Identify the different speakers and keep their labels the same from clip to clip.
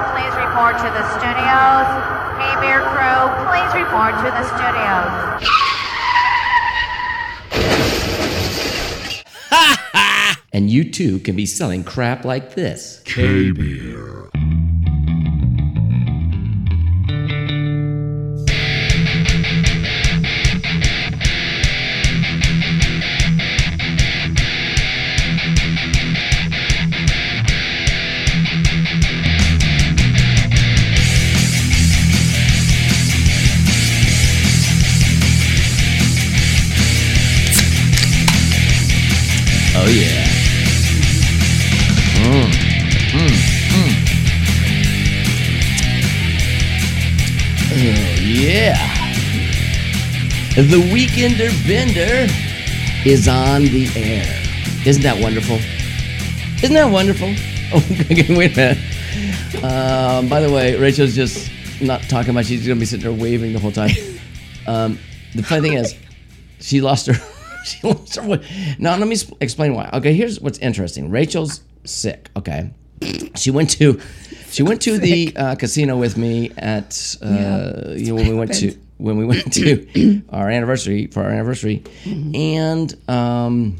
Speaker 1: report to the studios. Hey, Bear Crew, please report to the studios.
Speaker 2: And you too can be selling crap like this. Oh yeah. Mm, mm, mm. Oh yeah. The Weekender Bender is on the air. Isn't that wonderful? Isn't that wonderful? Oh, okay, wait a minute. Um, by the way, Rachel's just not talking much. She's gonna be sitting there waving the whole time. Um, the funny thing is, she lost her. she lost her. wa- Now let me sp- explain why. Okay, here's what's interesting. Rachel's sick. Okay, she went to, she went to the uh, casino with me at uh, you know when we went to when we went to our anniversary for our anniversary, and um,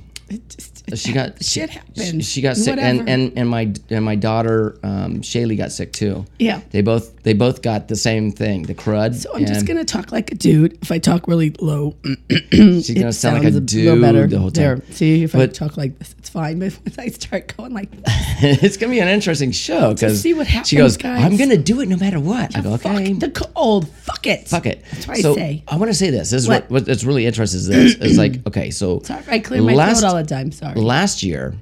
Speaker 2: she got
Speaker 3: Mm-hmm. shit
Speaker 2: she-
Speaker 3: happens.
Speaker 2: She got sick, and,
Speaker 3: Whatever.
Speaker 2: and and my and my daughter um, Shaylee got sick too.
Speaker 3: Yeah.
Speaker 2: they both they both got the same thing, the crud.
Speaker 3: So I'm just
Speaker 2: and
Speaker 3: gonna talk like a dude. If I talk really low, mm,
Speaker 2: She's gonna sound like a
Speaker 3: sounds little
Speaker 2: dude the whole time.
Speaker 3: There, see if I
Speaker 2: But-
Speaker 3: talk like this, it's fine. But once I start going like,
Speaker 2: it's gonna be an interesting show because
Speaker 3: see what
Speaker 2: she goes.
Speaker 3: happens, guys.
Speaker 2: I'm gonna do it no matter what. I go okay.
Speaker 3: fuck the cold, fuck it,
Speaker 2: Fuck it.
Speaker 3: That's what I
Speaker 2: so
Speaker 3: say.
Speaker 2: I want to say this. This is what,
Speaker 3: What?
Speaker 2: what that's really interesting is this. It's like okay, so
Speaker 3: Sorry, I clear my
Speaker 2: last-
Speaker 3: throat all the time. Mm-hmm. Sorry.
Speaker 2: last year,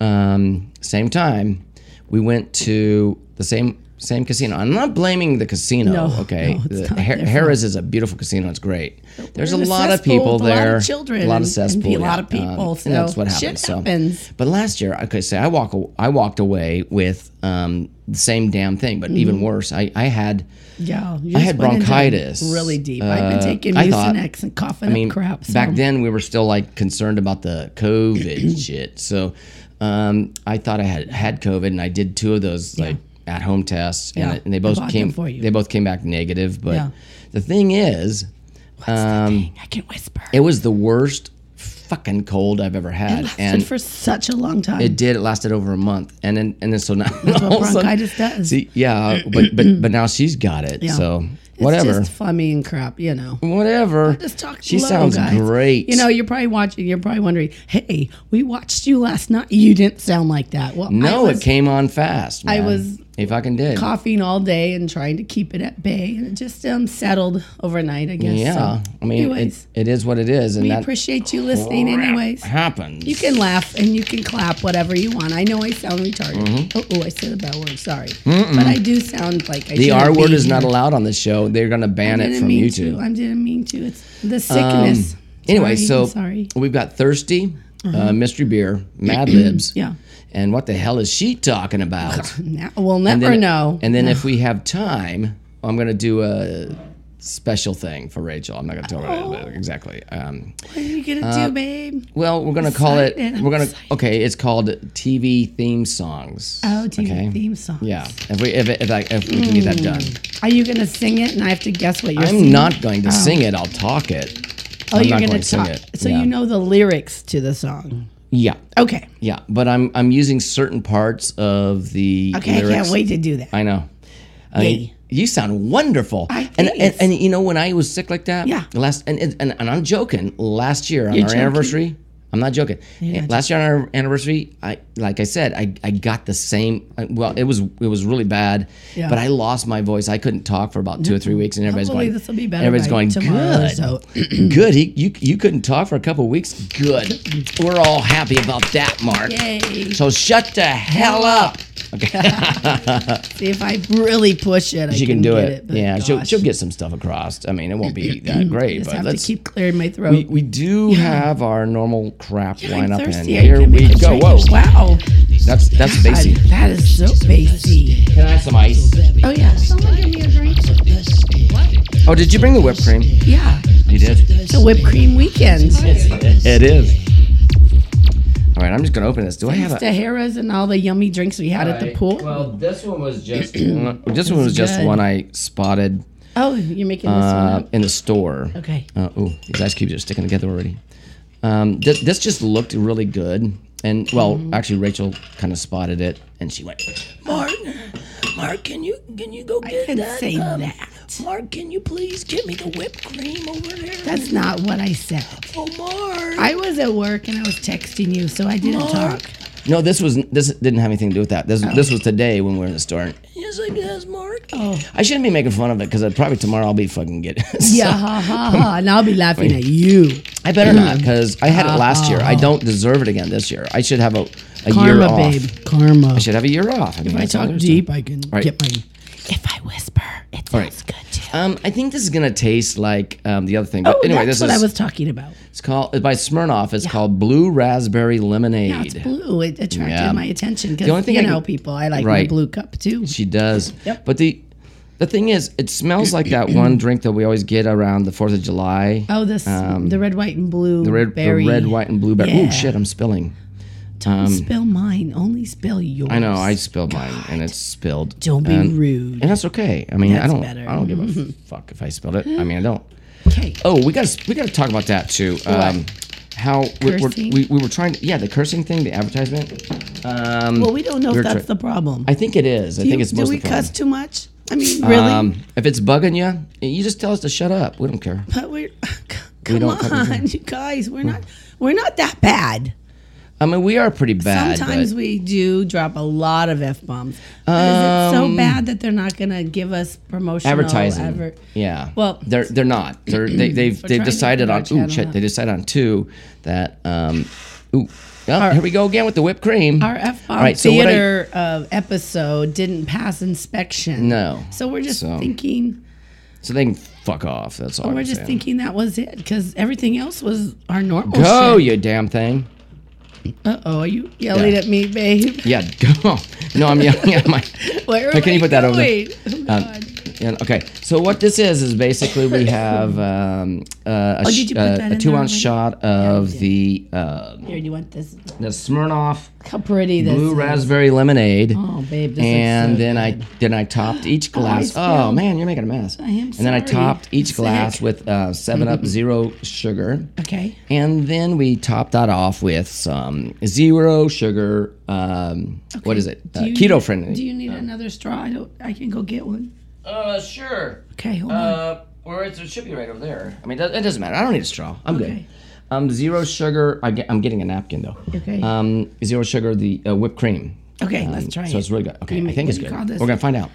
Speaker 2: um, same time, we went to the same same casino. I'm not blaming the casino.
Speaker 3: No,
Speaker 2: okay,
Speaker 3: no, it's
Speaker 2: the,
Speaker 3: not
Speaker 2: Har-
Speaker 3: their
Speaker 2: Harrah's is a beautiful casino. It's great. There's a
Speaker 3: in a
Speaker 2: lot of
Speaker 3: cesspool
Speaker 2: people
Speaker 3: with a lot of
Speaker 2: there.
Speaker 3: children
Speaker 2: A lot of
Speaker 3: and- and
Speaker 2: cesspool.
Speaker 3: be a lot of
Speaker 2: yeah, um,
Speaker 3: people,
Speaker 2: and that's
Speaker 3: so
Speaker 2: what
Speaker 3: shit
Speaker 2: happens. so,
Speaker 3: happens.
Speaker 2: but last year, I could say I walk. aw- I walked away with um, the same damn thing, but even
Speaker 3: Mm-hmm.
Speaker 2: worse. I, I had.
Speaker 3: yeah, you
Speaker 2: I
Speaker 3: just
Speaker 2: had
Speaker 3: went into
Speaker 2: bronchitis.
Speaker 3: really deep. I've been
Speaker 2: Uh,
Speaker 3: taking
Speaker 2: I thought-
Speaker 3: Mucinex and coughing
Speaker 2: I mean,
Speaker 3: up crap. so-
Speaker 2: back then we were still like concerned about the COVID shit. So um, I thought I had had COVID, and I did two of those like at home tests, and,
Speaker 3: Yeah.
Speaker 2: it- and they
Speaker 3: I
Speaker 2: both
Speaker 3: bought them
Speaker 2: came.
Speaker 3: for you.
Speaker 2: They both came back negative. But
Speaker 3: Yeah.
Speaker 2: the thing is,
Speaker 3: What's the thing? I can whisper.
Speaker 2: it was the worst fucking cold I've ever had,
Speaker 3: lasted
Speaker 2: and
Speaker 3: for such a long time.
Speaker 2: it did. It lasted over a month, and then and then so now
Speaker 3: what
Speaker 2: all of a sudden-
Speaker 3: bronchitis does.
Speaker 2: See, yeah, but but but now she's got it.
Speaker 3: Yeah.
Speaker 2: So
Speaker 3: It's
Speaker 2: whatever.
Speaker 3: just funny and crap, you know.
Speaker 2: Whatever.
Speaker 3: Just talk
Speaker 2: she
Speaker 3: low,
Speaker 2: sounds
Speaker 3: guys.
Speaker 2: great.
Speaker 3: You know, you're probably watching. You're probably wondering, "Hey, we watched you last night. You didn't sound like that." Well,
Speaker 2: No,
Speaker 3: I was
Speaker 2: it came on fast.
Speaker 3: I
Speaker 2: man.
Speaker 3: was
Speaker 2: It fucking did.
Speaker 3: coughing all day and trying to keep it at bay, and it just um, settled overnight. I guess.
Speaker 2: yeah,
Speaker 3: So,
Speaker 2: I mean, it,
Speaker 3: anyways,
Speaker 2: it is what it is, and
Speaker 3: we
Speaker 2: that
Speaker 3: appreciate you listening. Anyways,
Speaker 2: happens.
Speaker 3: you can laugh and you can clap whatever you want. I know I sound retarded.
Speaker 2: Mm-hmm.
Speaker 3: Oh, oh, I said a bad word. Sorry, but I do sound like I
Speaker 2: the
Speaker 3: shouldn't
Speaker 2: R word
Speaker 3: be
Speaker 2: is not
Speaker 3: here.
Speaker 2: allowed on this show. They're gonna ban
Speaker 3: I
Speaker 2: it
Speaker 3: didn't
Speaker 2: from
Speaker 3: mean
Speaker 2: YouTube.
Speaker 3: To. I didn't mean to. It's the sickness.
Speaker 2: Anyway,
Speaker 3: Sorry,
Speaker 2: so
Speaker 3: I'm sorry. Uh-huh.
Speaker 2: we've got thirsty, uh, mystery beer, Mad Libs.
Speaker 3: Yeah.
Speaker 2: And what the hell is she talking about?
Speaker 3: Now, we'll never
Speaker 2: then-
Speaker 3: know.
Speaker 2: And then if we have time, I'm gonna do a special thing for Rachel. I'm not gonna tell her
Speaker 3: Oh.
Speaker 2: what- exactly. Um,
Speaker 3: what are you gonna do, babe?
Speaker 2: Well, we're gonna call it.
Speaker 3: Excited. I'm
Speaker 2: We're gonna
Speaker 3: excited.
Speaker 2: okay. It's called TV theme songs.
Speaker 3: Oh, TV
Speaker 2: okay?
Speaker 3: theme song.
Speaker 2: Yeah. If we if, if, I, if we can get that done,
Speaker 3: Are you gonna sing it? And I have to guess what you're
Speaker 2: I'm
Speaker 3: singing.
Speaker 2: not going to sing it. I'll talk it.
Speaker 3: Oh,
Speaker 2: I'm
Speaker 3: you're
Speaker 2: not
Speaker 3: gonna
Speaker 2: going to sing
Speaker 3: talk.
Speaker 2: it.
Speaker 3: So
Speaker 2: Yeah. Mm.
Speaker 3: you know the lyrics to the song.
Speaker 2: Yeah.
Speaker 3: Okay.
Speaker 2: Yeah. But I'm I'm using certain parts of the.
Speaker 3: Okay. I can't
Speaker 2: lyrics.
Speaker 3: wait to do that.
Speaker 2: I know. I mean,
Speaker 3: Yay.
Speaker 2: you sound wonderful.
Speaker 3: I-
Speaker 2: and, and
Speaker 3: thanks.
Speaker 2: and you know when I was sick like that.
Speaker 3: Yeah.
Speaker 2: Last and and, and, and I'm joking. Last year on
Speaker 3: You're
Speaker 2: our
Speaker 3: joking.
Speaker 2: anniversary, I'm not joking. Eh, last year on our anniversary, I like I said, I, I got the same. I- Well, it was it was really bad.
Speaker 3: Yeah.
Speaker 2: But I lost my voice. I couldn't talk for about two or three weeks, and everybody's
Speaker 3: Hopefully
Speaker 2: going.
Speaker 3: this will be better
Speaker 2: Everybody's
Speaker 3: by
Speaker 2: going
Speaker 3: tomorrow or
Speaker 2: good.
Speaker 3: so."
Speaker 2: good. He, you you couldn't talk for a couple of weeks. Good. We're all happy about that, Mark.
Speaker 3: Yay.
Speaker 2: So shut the hell up.
Speaker 3: See if I really push it. I
Speaker 2: she can do
Speaker 3: get
Speaker 2: it.
Speaker 3: but
Speaker 2: yeah, she'll,
Speaker 3: gosh,
Speaker 2: she'll get some stuff across. I mean, it won't be that great,
Speaker 3: Just
Speaker 2: but
Speaker 3: have to
Speaker 2: let's.
Speaker 3: keep clearing my throat.
Speaker 2: we, we do have our normal crap
Speaker 3: I'm
Speaker 2: lineup, and
Speaker 3: thirsty. I
Speaker 2: here
Speaker 3: can't
Speaker 2: we
Speaker 3: make a
Speaker 2: go.
Speaker 3: drink.
Speaker 2: Whoa,
Speaker 3: Wow.
Speaker 2: that's that's
Speaker 3: God,
Speaker 2: basic.
Speaker 3: that is so bassy.
Speaker 2: Can I have some ice?
Speaker 3: Oh yeah. Someone give me a drink.
Speaker 2: Oh, did you bring the whipped cream?
Speaker 3: Yeah.
Speaker 2: You did.
Speaker 3: It's a whipped cream weekend.
Speaker 2: It is. All All right, I'm just gonna open this. Do I have
Speaker 3: Thanks
Speaker 2: a?
Speaker 3: to Harrah's and all the yummy drinks we had at the
Speaker 2: Right.
Speaker 3: pool.
Speaker 2: Well, this one was just this one was just
Speaker 3: good.
Speaker 2: one I spotted
Speaker 3: oh, you're making this
Speaker 2: uh,
Speaker 3: one up.
Speaker 2: in the store.
Speaker 3: Okay.
Speaker 2: Uh, oh, these ice cubes are sticking together already. Um, th- this just looked really good, and well,
Speaker 3: Mm-hmm.
Speaker 2: actually, Rachel kind of spotted it, and she went, "Mark, Mark, can you can you go get
Speaker 3: can
Speaker 2: that?
Speaker 3: say
Speaker 2: um,
Speaker 3: that.
Speaker 2: Mark, can you please get me the whipped cream over there?
Speaker 3: That's not what I said.
Speaker 2: oh, Mark."
Speaker 3: I was at work and I was texting you, so I didn't talk.
Speaker 2: no, this was this didn't have anything to do with that. This this was today when we were in the store. Yes, I guess, Mark.
Speaker 3: Oh.
Speaker 2: I shouldn't be making fun of it because probably tomorrow I'll be fucking getting. it. So-
Speaker 3: Yeah, ha ha ha. And I'll be laughing at you.
Speaker 2: I better not
Speaker 3: Mm.
Speaker 2: because I had it last year. I don't deserve it again this year. I should have a, a year
Speaker 3: Uh-huh. Karma,
Speaker 2: off.
Speaker 3: babe. Karma.
Speaker 2: I should have a year off. mean,
Speaker 3: If I
Speaker 2: that's all
Speaker 3: talk
Speaker 2: there is to it.
Speaker 3: deep, I can
Speaker 2: right.
Speaker 3: get my. If I whisper, it sounds
Speaker 2: right.
Speaker 3: good too.
Speaker 2: Um, I think this is gonna taste like um, the other thing. But
Speaker 3: oh,
Speaker 2: anyway,
Speaker 3: that's
Speaker 2: this
Speaker 3: what
Speaker 2: is
Speaker 3: I was talking about.
Speaker 2: it's called it's by Smirnoff. It's called Blue Raspberry
Speaker 3: Yeah,
Speaker 2: Lemonade.
Speaker 3: it's blue. It attracted
Speaker 2: Yeah.
Speaker 3: my attention
Speaker 2: The only
Speaker 3: because
Speaker 2: thing
Speaker 3: you
Speaker 2: I
Speaker 3: know
Speaker 2: can-
Speaker 3: people. I like my
Speaker 2: Right.
Speaker 3: blue cup too.
Speaker 2: she does.
Speaker 3: Yep.
Speaker 2: But the the thing is, it smells like that one drink that we always get around the Fourth of July.
Speaker 3: Oh, this the red, white, and blue.
Speaker 2: um, the red,
Speaker 3: berry.
Speaker 2: the red, white, and blueberry.
Speaker 3: Yeah.
Speaker 2: Oh shit! I'm spilling.
Speaker 3: Don't spill mine. Only spill yours.
Speaker 2: Um, I know. I spilled mine, and it's spilled.
Speaker 3: Don't be
Speaker 2: And-
Speaker 3: rude.
Speaker 2: And that's okay. I mean, I
Speaker 3: That's
Speaker 2: don't.
Speaker 3: better. Mm-hmm.
Speaker 2: I don't give a fuck if I spilled it. I mean, I don't.
Speaker 3: Okay.
Speaker 2: Oh, we got to we got to talk about that too. Um, how we, we're,
Speaker 3: Cursing?
Speaker 2: we, we were trying to yeah the cursing thing the advertisement. Um,
Speaker 3: Well, we don't know
Speaker 2: we're
Speaker 3: if that's
Speaker 2: try-
Speaker 3: the problem.
Speaker 2: I think it is. I
Speaker 3: Do
Speaker 2: think
Speaker 3: you-
Speaker 2: it's most
Speaker 3: Do we
Speaker 2: of the problem.
Speaker 3: cuss too much? I mean, really?
Speaker 2: Um, if it's bugging you, you just tell us to shut up. We don't care.
Speaker 3: but we're come
Speaker 2: don't fucking
Speaker 3: on, you guys.
Speaker 2: Hmm.
Speaker 3: We're not we're not that bad.
Speaker 2: I mean, we are pretty bad.
Speaker 3: Sometimes
Speaker 2: but
Speaker 3: we do drop a lot of f bombs. Is it so
Speaker 2: Um,
Speaker 3: bad that they're not going to give us promotional
Speaker 2: advertising.
Speaker 3: adver-
Speaker 2: yeah.
Speaker 3: Well-
Speaker 2: they're they're not. They're, they they've
Speaker 3: We're
Speaker 2: they've
Speaker 3: trying to
Speaker 2: decided
Speaker 3: get our
Speaker 2: on ooh
Speaker 3: channel
Speaker 2: shit.
Speaker 3: up.
Speaker 2: They decided on two that um ooh. Oh, here we go again with the whipped cream.
Speaker 3: Our F bomb
Speaker 2: All right, so what I-
Speaker 3: theater uh, episode didn't pass inspection.
Speaker 2: No.
Speaker 3: So we're just
Speaker 2: So-
Speaker 3: thinking
Speaker 2: So they can fuck off. That's all.
Speaker 3: we're
Speaker 2: I'm
Speaker 3: just
Speaker 2: saying.
Speaker 3: thinking that was it because everything else was our normal.
Speaker 2: Go, you damn thing.
Speaker 3: Uh oh, are you yelling
Speaker 2: Yeah.
Speaker 3: at me, babe?
Speaker 2: Yeah, go. No, I'm yelling at my.
Speaker 3: Where
Speaker 2: Hey,
Speaker 3: am
Speaker 2: can
Speaker 3: I
Speaker 2: you put that over there?
Speaker 3: going? Oh,
Speaker 2: Um,
Speaker 3: God.
Speaker 2: and- okay, so what this is is basically we have um, uh, a,
Speaker 3: Oh, did you put that in there
Speaker 2: two ounce
Speaker 3: already?
Speaker 2: shot of the uh,
Speaker 3: Here, you want this?
Speaker 2: the Smirnoff
Speaker 3: How pretty this uh,
Speaker 2: Blue
Speaker 3: is.
Speaker 2: Raspberry Lemonade.
Speaker 3: Oh, babe, this
Speaker 2: and
Speaker 3: looks so
Speaker 2: then I
Speaker 3: good.
Speaker 2: then I topped each glass. Oh,
Speaker 3: spilled.
Speaker 2: man, you're making a mess. I
Speaker 3: am
Speaker 2: And then I
Speaker 3: sorry.
Speaker 2: topped each glass
Speaker 3: Sick.
Speaker 2: with uh, Seven Up Zero Sugar.
Speaker 3: Okay.
Speaker 2: And then we top that off with some zero sugar. Um, What is it? Uh,
Speaker 3: Do you
Speaker 2: keto
Speaker 3: need-
Speaker 2: friendly.
Speaker 3: Do you need another straw? I don't. I can go get one.
Speaker 2: uh, sure.
Speaker 3: Okay, hold on.
Speaker 2: Uh, or it's, it should be right over there. I mean, that, it doesn't matter. I don't need a straw. I'm good.
Speaker 3: Okay.
Speaker 2: Um, zero sugar. I get, I'm getting a napkin though.
Speaker 3: Okay.
Speaker 2: Um, zero sugar. The uh, whipped cream.
Speaker 3: Okay, let's try
Speaker 2: So
Speaker 3: it.
Speaker 2: it's really good. Okay,
Speaker 3: Creamy-
Speaker 2: I think
Speaker 3: what
Speaker 2: it's
Speaker 3: do you
Speaker 2: good.
Speaker 3: call this?
Speaker 2: We're gonna find out.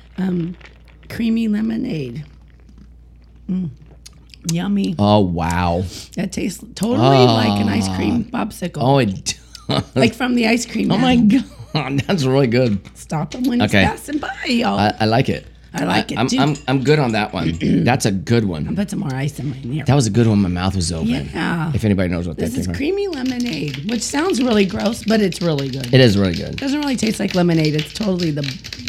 Speaker 3: Creamy lemonade. Mm. Yummy.
Speaker 2: Oh wow.
Speaker 3: That tastes totally like an ice cream popsicle.
Speaker 2: Oh it.
Speaker 3: Like from the ice cream.
Speaker 2: oh my god, that's really good.
Speaker 3: Stop him when
Speaker 2: Okay.
Speaker 3: he's passing by, y'all.
Speaker 2: I, I like it.
Speaker 3: I like it
Speaker 2: I'm,
Speaker 3: too.
Speaker 2: I'm I'm good on that one. that's a good one.
Speaker 3: Put some more ice in my ear.
Speaker 2: That was a good one. My mouth was open.
Speaker 3: Yeah.
Speaker 2: If anybody knows what that
Speaker 3: This is
Speaker 2: thing is.
Speaker 3: creamy lemonade, which sounds really gross, but it's really good.
Speaker 2: It is really good.
Speaker 3: doesn't really taste like lemonade. It's totally the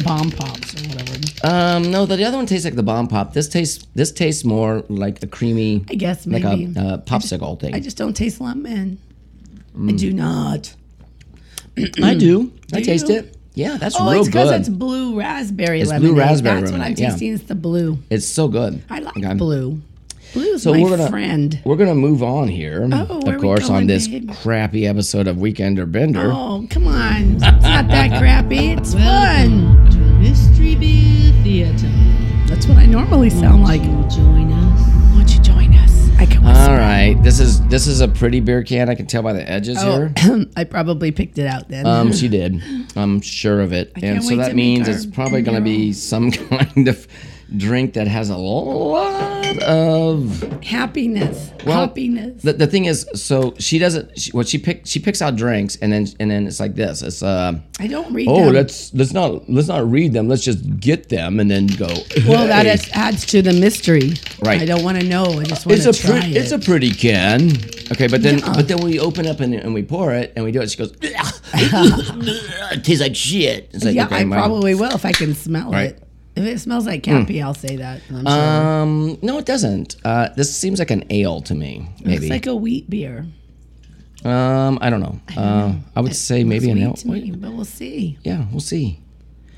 Speaker 3: bomb pops or whatever.
Speaker 2: Um, no, the, the other one tastes like the bomb pop. This tastes this tastes more like the creamy,
Speaker 3: I guess
Speaker 2: like
Speaker 3: maybe.
Speaker 2: a uh, popsicle thing.
Speaker 3: I just don't taste lemon. I
Speaker 2: mm.
Speaker 3: do not.
Speaker 2: I do. I
Speaker 3: Mm. Do
Speaker 2: taste
Speaker 3: you?
Speaker 2: it. Yeah, that's
Speaker 3: Oh,
Speaker 2: real
Speaker 3: it's because
Speaker 2: good.
Speaker 3: it's
Speaker 2: It's,
Speaker 3: blue raspberry
Speaker 2: It's blue
Speaker 3: lemonade.
Speaker 2: raspberry
Speaker 3: That's what I'm
Speaker 2: lemonade, yeah.
Speaker 3: tasting. It's the blue.
Speaker 2: so good.
Speaker 3: I like
Speaker 2: Okay.
Speaker 3: blue. Blue's
Speaker 2: So
Speaker 3: my
Speaker 2: we're gonna
Speaker 3: friend.
Speaker 2: we're gonna move on here,
Speaker 3: Oh, where
Speaker 2: of
Speaker 3: we
Speaker 2: course, on
Speaker 3: going,
Speaker 2: this
Speaker 3: babe?
Speaker 2: crappy episode of Weekender Bender.
Speaker 3: Oh, come on. It's not that crappy. It's fun.
Speaker 4: to Mystery Beer Theater.
Speaker 3: That's what I normally sound like.
Speaker 4: Will you join us?
Speaker 3: Won't you join us? I can whisper.
Speaker 2: All right, this is this is a pretty beer can. I can tell by the edges here.
Speaker 3: Oh, I probably picked it out then.
Speaker 2: Um, she did. I'm sure of it. and
Speaker 3: can't
Speaker 2: so
Speaker 3: wait
Speaker 2: that
Speaker 3: to make
Speaker 2: means
Speaker 3: our
Speaker 2: it's probably going to be some kind of drink that has a lot of.
Speaker 3: Happiness.
Speaker 2: Well,
Speaker 3: Happiness.
Speaker 2: The, the thing is, so she doesn't. She, what she pick? She picks out drinks, and then and then it's like this. It's uh,
Speaker 3: I don't read
Speaker 2: oh,
Speaker 3: them.
Speaker 2: let's let's not let's not read them. Let's just get them and then go.
Speaker 3: well, that
Speaker 2: "Hey,
Speaker 3: is, adds to the mystery.
Speaker 2: Right.
Speaker 3: I don't want to know. I just want
Speaker 2: It's
Speaker 3: to
Speaker 2: a
Speaker 3: try
Speaker 2: pretty,
Speaker 3: it.
Speaker 2: it's a pretty can. Okay, but then but then we open up and, and we pour it and we do it. She goes, it tastes like shit. It's like,
Speaker 3: yeah,
Speaker 2: okay,
Speaker 3: I
Speaker 2: mine-
Speaker 3: probably will if I can smell
Speaker 2: Right. Hmm.
Speaker 3: it. If it smells like campy, I'll say that. I'm sure.
Speaker 2: Um, no, it doesn't. Uh, this seems like an ale to me. Maybe
Speaker 3: It's like a wheat beer.
Speaker 2: Um, I don't know. I, uh, I would say maybe an hour.
Speaker 3: Sweet to me, but we'll see.
Speaker 2: Yeah, we'll see.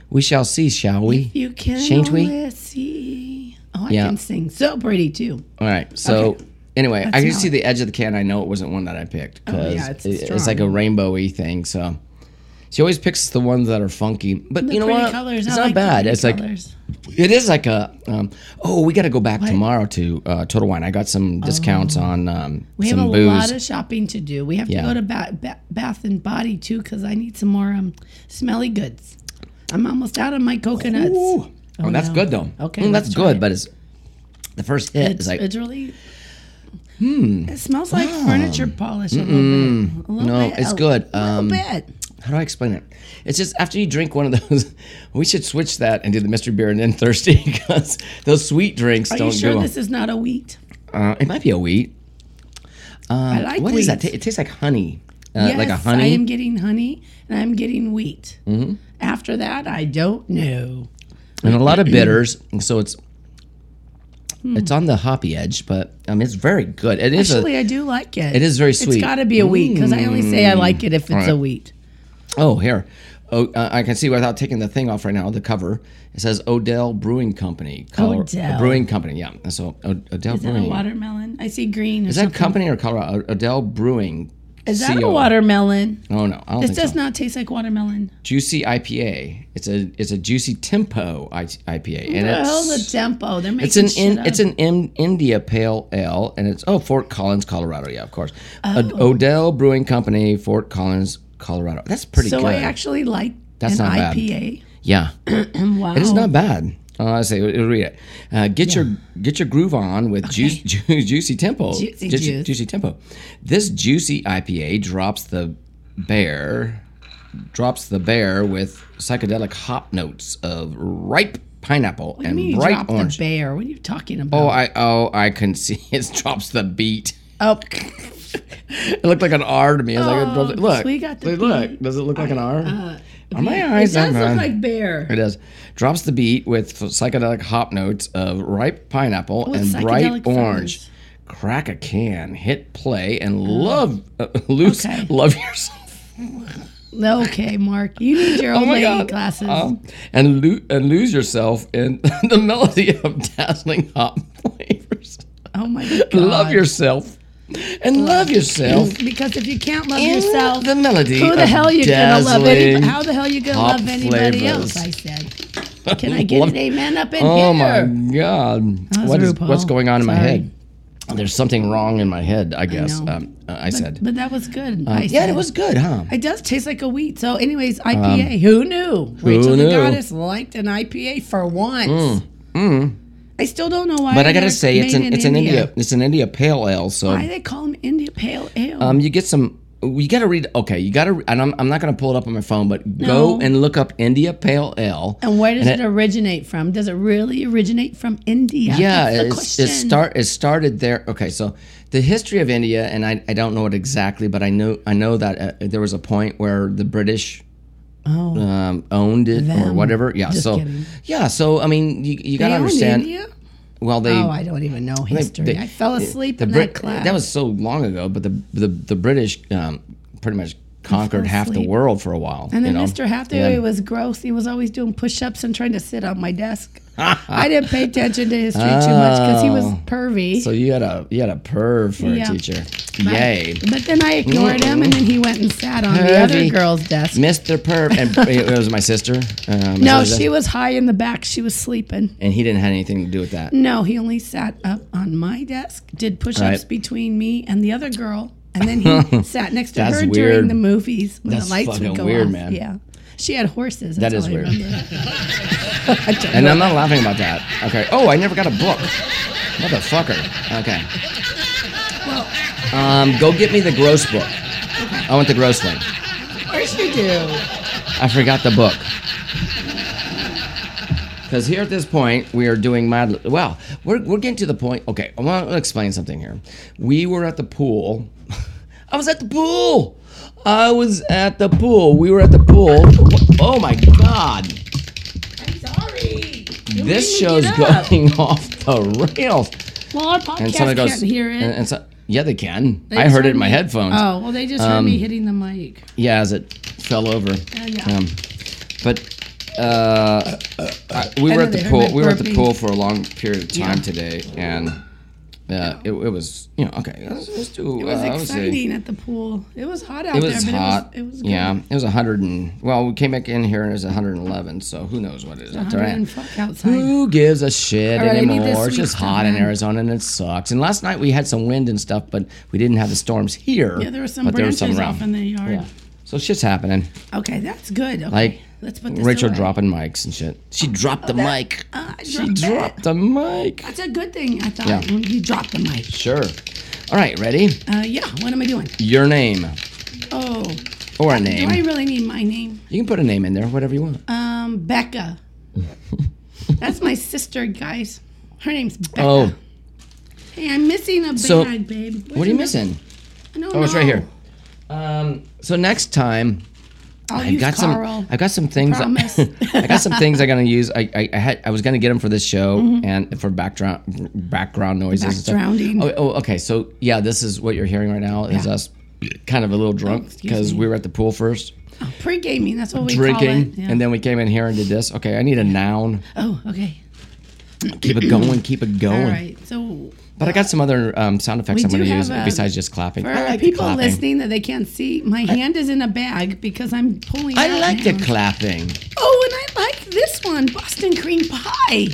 Speaker 2: We shall see, shall we?
Speaker 3: You can
Speaker 2: Shan't we?
Speaker 3: only see. Oh, I
Speaker 2: Yeah.
Speaker 3: can sing so pretty too.
Speaker 2: All right. So
Speaker 3: Okay.
Speaker 2: anyway, I
Speaker 3: That's
Speaker 2: can
Speaker 3: valid.
Speaker 2: see the edge of the can. I know it wasn't one that I picked because
Speaker 3: yeah, it's
Speaker 2: it's, like a
Speaker 3: strong.
Speaker 2: rainbowy thing. So she always picks the ones that are funky. But you know
Speaker 3: pretty
Speaker 2: what?
Speaker 3: Colors.
Speaker 2: It's
Speaker 3: I
Speaker 2: not
Speaker 3: like the
Speaker 2: bad.
Speaker 3: pretty
Speaker 2: It's like
Speaker 3: colors.
Speaker 2: it is like a. Um, oh, we got to go back tomorrow to uh, Total Wine. I got some discounts on um,
Speaker 3: Oh. we have
Speaker 2: some
Speaker 3: a
Speaker 2: booze.
Speaker 3: lot of shopping to do. We have
Speaker 2: Yeah.
Speaker 3: to go to ba- ba- Bath and Body too because I need some more um, smelly goods. I'm almost out of my coconuts.
Speaker 2: Ooh. Oh, that's
Speaker 3: no.
Speaker 2: good though.
Speaker 3: Okay,
Speaker 2: Mm,
Speaker 3: let's
Speaker 2: that's
Speaker 3: try
Speaker 2: good.
Speaker 3: it.
Speaker 2: But it's the first hit
Speaker 3: It's,
Speaker 2: is like
Speaker 3: it's really. Hmm. It smells like furniture polish a little bit. A little
Speaker 2: Ah. No,
Speaker 3: bit,
Speaker 2: it's
Speaker 3: a
Speaker 2: good.
Speaker 3: Little
Speaker 2: Um,
Speaker 3: bit.
Speaker 2: How do I explain it? It's just after you drink one of those, we should switch that and do the mystery beer and then thirsty because those sweet drinks
Speaker 3: Are
Speaker 2: don't
Speaker 3: you sure
Speaker 2: go.
Speaker 3: this is not a wheat?
Speaker 2: uh, it might be a wheat. Um,
Speaker 3: I like
Speaker 2: what is that? Ta-
Speaker 3: wheat.
Speaker 2: It tastes like honey, uh, like a
Speaker 3: Yes,
Speaker 2: honey. Mm-hmm.
Speaker 3: I am getting honey and I'm getting wheat. After that, I don't know.
Speaker 2: and a lot of bitters. and so it's it's on the hoppy edge, but um, it's very good. It is
Speaker 3: Actually,
Speaker 2: a,
Speaker 3: I do like it.
Speaker 2: it is very sweet. Mm.
Speaker 3: It's got to be a wheat because I only say I like it if it's a
Speaker 2: right.
Speaker 3: wheat.
Speaker 2: oh here. Oh, uh, I can see without taking the thing off right now. The cover it says Odell Brewing Company. Color-
Speaker 3: Odell.
Speaker 2: Brewing Company. Yeah. So O- Odell
Speaker 3: Is that
Speaker 2: Brewing.
Speaker 3: a watermelon? I see green. Or
Speaker 2: Is that company or Colorado? Odell Brewing.
Speaker 3: Is that a
Speaker 2: CO.
Speaker 3: watermelon?
Speaker 2: Oh no, I don't
Speaker 3: This
Speaker 2: think
Speaker 3: does
Speaker 2: so.
Speaker 3: not taste like watermelon.
Speaker 2: Juicy IPA. It's a it's a juicy tempo I- IPA, and
Speaker 3: Oh, the
Speaker 2: it's
Speaker 3: tempo. They're making
Speaker 2: it's an
Speaker 3: shit
Speaker 2: in,
Speaker 3: up.
Speaker 2: it's an in, India Pale Ale, and it's oh Fort Collins, Colorado. Yeah, of course. Od-
Speaker 3: Oh.
Speaker 2: Odell Brewing Company, Fort Collins, Colorado. That's pretty
Speaker 3: so
Speaker 2: good.
Speaker 3: I actually like
Speaker 2: That's
Speaker 3: an
Speaker 2: not bad.
Speaker 3: IPA.
Speaker 2: yeah, it
Speaker 3: Wow.
Speaker 2: is not bad. Uh, I say uh, read it. Uh, get your get your groove on with juice, ju- juicy tempo.
Speaker 3: Juicy
Speaker 2: Ju-
Speaker 3: juice.
Speaker 2: juicy tempo. This juicy IPA drops the bear drops the bear with psychedelic hop notes of ripe pineapple
Speaker 3: I
Speaker 2: and
Speaker 3: mean, you
Speaker 2: bright
Speaker 3: dropped
Speaker 2: orange.
Speaker 3: the bear. What are you talking
Speaker 2: oh,
Speaker 3: about?
Speaker 2: I oh I can see it drops the beat.
Speaker 3: Oh,
Speaker 2: It looked like an R to me. I was like, it drops-
Speaker 3: Oh,
Speaker 2: look,
Speaker 3: we got the
Speaker 2: look, look,
Speaker 3: beat. uh,
Speaker 2: does it look like an R? Are my
Speaker 3: it
Speaker 2: eyes
Speaker 3: does
Speaker 2: on
Speaker 3: look
Speaker 2: mine?
Speaker 3: like bear.
Speaker 2: It does. Drops the beat with psychedelic hop notes of ripe pineapple
Speaker 3: With
Speaker 2: and bright
Speaker 3: psychedelic
Speaker 2: orange.
Speaker 3: flavors.
Speaker 2: Crack a can, hit play, and love uh, loose
Speaker 3: Okay.
Speaker 2: love yourself. Oh
Speaker 3: Okay, Mark, you need your old lady glasses.
Speaker 2: Um, and lo- and lose yourself in the melody of dazzling hop flavors.
Speaker 3: oh my god,
Speaker 2: Love yourself and love yourself
Speaker 3: because if you can't love
Speaker 2: in
Speaker 3: yourself,
Speaker 2: the melody.
Speaker 3: who the
Speaker 2: of
Speaker 3: hell you gonna love?
Speaker 2: dazzling
Speaker 3: Any, how the hell you gonna
Speaker 2: hop
Speaker 3: love anybody
Speaker 2: flavors.
Speaker 3: else? I said. Can I get
Speaker 2: Love-
Speaker 3: an amen up in
Speaker 2: Oh
Speaker 3: here?
Speaker 2: my god! What is
Speaker 3: RuPaul.
Speaker 2: what's going on in my
Speaker 3: Sorry.
Speaker 2: head? There's something wrong in my head. I guess
Speaker 3: know.
Speaker 2: um, uh, I said.
Speaker 3: But that was good. I
Speaker 2: Uh, yeah,
Speaker 3: said.
Speaker 2: it was good, huh?
Speaker 3: It does taste like a wheat. So, anyways, IPA. who knew? Rachel
Speaker 2: knew? Mm,
Speaker 3: the goddess liked an IPA for once. I still don't know why.
Speaker 2: but I gotta
Speaker 3: they're
Speaker 2: say, it's
Speaker 3: made
Speaker 2: an
Speaker 3: in
Speaker 2: it's an India it's an India pale ale. So
Speaker 3: Why they call them India Pale Ale?
Speaker 2: um, you get some. You gotta read. Okay, you gotta. And I'm, I'm not gonna pull it up on my phone, but go
Speaker 3: No.
Speaker 2: and look up India pale ale.
Speaker 3: and where does it, originate from? Does it really originate from India?
Speaker 2: yeah,
Speaker 3: That's the
Speaker 2: it's, it
Speaker 3: question.
Speaker 2: start it started there. Okay, so the history of India, and I, I don't know it exactly, but I know I know that uh, there was a point where the British
Speaker 3: Oh,
Speaker 2: um, owned it or
Speaker 3: Them.
Speaker 2: whatever. Yeah.
Speaker 3: Just
Speaker 2: so
Speaker 3: kidding.
Speaker 2: yeah. So I mean, you, you gotta
Speaker 3: they own
Speaker 2: understand.
Speaker 3: India?
Speaker 2: Well, they.
Speaker 3: Oh, I don't even know history.
Speaker 2: they-
Speaker 3: I fell asleep
Speaker 2: the
Speaker 3: in
Speaker 2: Brit-
Speaker 3: that class.
Speaker 2: was so long ago, but the the, the British um, pretty much conquered half the
Speaker 3: asleep.
Speaker 2: world for a while.
Speaker 3: and then
Speaker 2: you know?
Speaker 3: Mr. Hathaway
Speaker 2: Yeah.
Speaker 3: was gross. He was always doing push-ups and trying to sit on my desk. I didn't pay attention to history too much because he was
Speaker 2: Oh.
Speaker 3: pervy.
Speaker 2: So you had a you had a perv for
Speaker 3: Yeah.
Speaker 2: a teacher.
Speaker 3: But-
Speaker 2: Yay.
Speaker 3: But then I ignored him, and then he went and sat on the
Speaker 2: Heavy.
Speaker 3: other girl's desk.
Speaker 2: Mr. Perv, and it was my sister. Um,
Speaker 3: no,
Speaker 2: so-
Speaker 3: she was high in the back. She was sleeping.
Speaker 2: and he didn't have anything to do with that.
Speaker 3: No, he only sat up on my desk, did push ups
Speaker 2: Right.
Speaker 3: between me and the other girl, and then he sat next to
Speaker 2: That's
Speaker 3: her
Speaker 2: weird.
Speaker 3: during the movies when
Speaker 2: That's
Speaker 3: the lights
Speaker 2: fucking
Speaker 3: would go
Speaker 2: weird,
Speaker 3: off.
Speaker 2: man.
Speaker 3: Yeah. She had horses.
Speaker 2: That
Speaker 3: That's
Speaker 2: is
Speaker 3: all I
Speaker 2: weird.
Speaker 3: remember. I don't
Speaker 2: And
Speaker 3: know.
Speaker 2: I'm not laughing about that. Okay. Oh, I never got a book. Motherfucker. Okay. Um, go get me the gross book. I want the gross one.
Speaker 3: Of course you do.
Speaker 2: I forgot the book. Because here at this point, we are doing Mad. Well, we're, we're getting to the point. Okay, I want to explain something here. We were at the pool. I was at the pool. I was at the pool. We were at the pool. Oh my God.
Speaker 3: I'm sorry. You
Speaker 2: This
Speaker 3: made me
Speaker 2: show's
Speaker 3: get up.
Speaker 2: going off the rails.
Speaker 3: Well, our podcast
Speaker 2: And someone goes,
Speaker 3: can't hear it.
Speaker 2: And, and so, Yeah, they can.
Speaker 3: They
Speaker 2: I
Speaker 3: just
Speaker 2: heard it in my
Speaker 3: me-
Speaker 2: headphones. Um,
Speaker 3: Oh, well, they just heard me hitting the mic.
Speaker 2: Yeah, as it fell over.
Speaker 3: Oh,
Speaker 2: Um,
Speaker 3: yeah.
Speaker 2: but uh, I- we were
Speaker 3: know
Speaker 2: at the
Speaker 3: they heard
Speaker 2: pool.
Speaker 3: my
Speaker 2: We were at the
Speaker 3: burping.
Speaker 2: pool for a long period of time today, and uh, it, it was you know okay. Let's, let's do.
Speaker 3: It was
Speaker 2: uh, let's see.
Speaker 3: exciting at the pool. It was hot out
Speaker 2: It was
Speaker 3: there, but
Speaker 2: hot.
Speaker 3: it was, it was good.
Speaker 2: yeah, it was 100 and well, we came back in here and it was 111. So who knows what it is out
Speaker 3: 100
Speaker 2: there.
Speaker 3: and fuck outside.
Speaker 2: Who gives a shit
Speaker 3: All right, I need this
Speaker 2: anymore? It's
Speaker 3: sweet
Speaker 2: just
Speaker 3: stuff,
Speaker 2: hot in
Speaker 3: man.
Speaker 2: Arizona and it sucks. And last night we had some wind and stuff, but we didn't have the storms here.
Speaker 3: Yeah, there were some
Speaker 2: but there was
Speaker 3: branches
Speaker 2: some
Speaker 3: off
Speaker 2: around.
Speaker 3: in the yard.
Speaker 2: Yeah. So shit's happening.
Speaker 3: Okay, that's good. Okay,
Speaker 2: Like,
Speaker 3: let's put this
Speaker 2: Rachel
Speaker 3: away.
Speaker 2: dropping mics and shit. She dropped the mic.
Speaker 3: Uh, Oh, I
Speaker 2: she
Speaker 3: dropped that.
Speaker 2: dropped the mic.
Speaker 3: That's a good thing. I thought
Speaker 2: Yeah.
Speaker 3: when you dropped the mic.
Speaker 2: Sure. All right, ready?
Speaker 3: Uh, yeah. What am I doing?
Speaker 2: Your name
Speaker 3: Oh,
Speaker 2: or a
Speaker 3: do I
Speaker 2: name.
Speaker 3: really need my name?
Speaker 2: You can put a name in there, whatever you want.
Speaker 3: Um, Becca. that's my sister, guys. Her name's Becca.
Speaker 2: Oh,
Speaker 3: Hey, I'm missing a bag,
Speaker 2: So,
Speaker 3: babe.
Speaker 2: what are you missing? Oh, it's right here. Um, so next time,
Speaker 3: i
Speaker 2: I've got
Speaker 3: Carl.
Speaker 2: some. I've got some things. I,
Speaker 3: Promise.
Speaker 2: I got some things I'm gonna use. I, I, I had. I was gonna get them for this show and for background background noises. And
Speaker 3: Mm-hmm. Backgrounding.
Speaker 2: stuff. Oh, oh, okay. So yeah, this is what you're hearing right now is
Speaker 3: Yeah.
Speaker 2: us kind of a little drunk
Speaker 3: excuse
Speaker 2: because
Speaker 3: me.
Speaker 2: we were at the pool first
Speaker 3: Pre-gaming. That's what we call
Speaker 2: drinking,
Speaker 3: it. Yeah.
Speaker 2: and then we came in here and did this. Okay, I need a noun.
Speaker 3: Oh, okay.
Speaker 2: Keep it going. Keep it going.
Speaker 3: All right. So
Speaker 2: But I got some other um, sound effects
Speaker 3: We
Speaker 2: I'm gonna
Speaker 3: do
Speaker 2: use
Speaker 3: have a-
Speaker 2: besides just clapping.
Speaker 3: for
Speaker 2: I like the
Speaker 3: people
Speaker 2: clapping.
Speaker 3: listening that they can't see, my hand is in a bag because I'm pulling.
Speaker 2: I
Speaker 3: out
Speaker 2: like
Speaker 3: now.
Speaker 2: the clapping.
Speaker 3: Oh, and I like this one, Boston cream pie.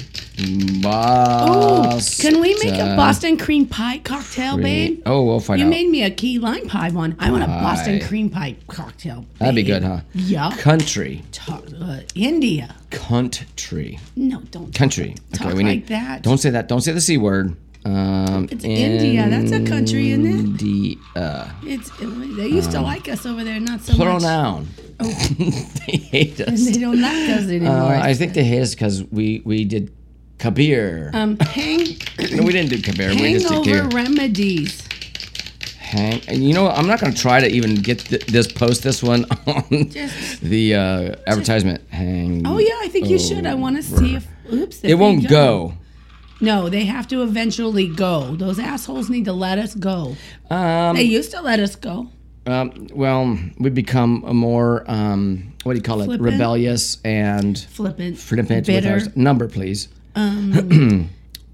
Speaker 3: Oh,
Speaker 2: Boss.
Speaker 3: can we make a Boston cream pie cocktail, babe?
Speaker 2: Oh, we'll find
Speaker 3: You
Speaker 2: out.
Speaker 3: made me a key lime pie one. I want a Boston
Speaker 2: Pie.
Speaker 3: cream pie cocktail. Babe.
Speaker 2: That'd be good, huh?
Speaker 3: Yeah.
Speaker 2: Country.
Speaker 3: Ta- uh, India.
Speaker 2: Country.
Speaker 3: No, don't.
Speaker 2: Country.
Speaker 3: Talk like that.
Speaker 2: Don't say that. Don't say the C word. Um,
Speaker 3: It's India. That's a country, isn't it?
Speaker 2: India.
Speaker 3: It's they used
Speaker 2: Uh,
Speaker 3: to like us over there, not so
Speaker 2: Plural
Speaker 3: much.
Speaker 2: noun.
Speaker 3: Oh.
Speaker 2: they hate us.
Speaker 3: They don't like us
Speaker 2: Uh,
Speaker 3: anymore.
Speaker 2: I think they hate us because we, we did Kabir.
Speaker 3: um, hang,
Speaker 2: no, we didn't do Kabir. We just did
Speaker 3: hangover
Speaker 2: Kabir.
Speaker 3: remedies.
Speaker 2: Hang. And you know what? I'm not going to try to even get th- this post this one on
Speaker 3: Just-
Speaker 2: the uh, advertisement. Hang.
Speaker 3: Oh yeah, I think you should. I want to see if. Oops. if
Speaker 2: It won't
Speaker 3: they
Speaker 2: go.
Speaker 3: No, they have to eventually go. Those assholes need to let us go.
Speaker 2: Um,
Speaker 3: They used to let us go.
Speaker 2: Um, well, we become a more um, what do you call it?
Speaker 3: Flippant?
Speaker 2: Rebellious and
Speaker 3: Flippant.
Speaker 2: flippant. With
Speaker 3: Bitter.
Speaker 2: our number, please.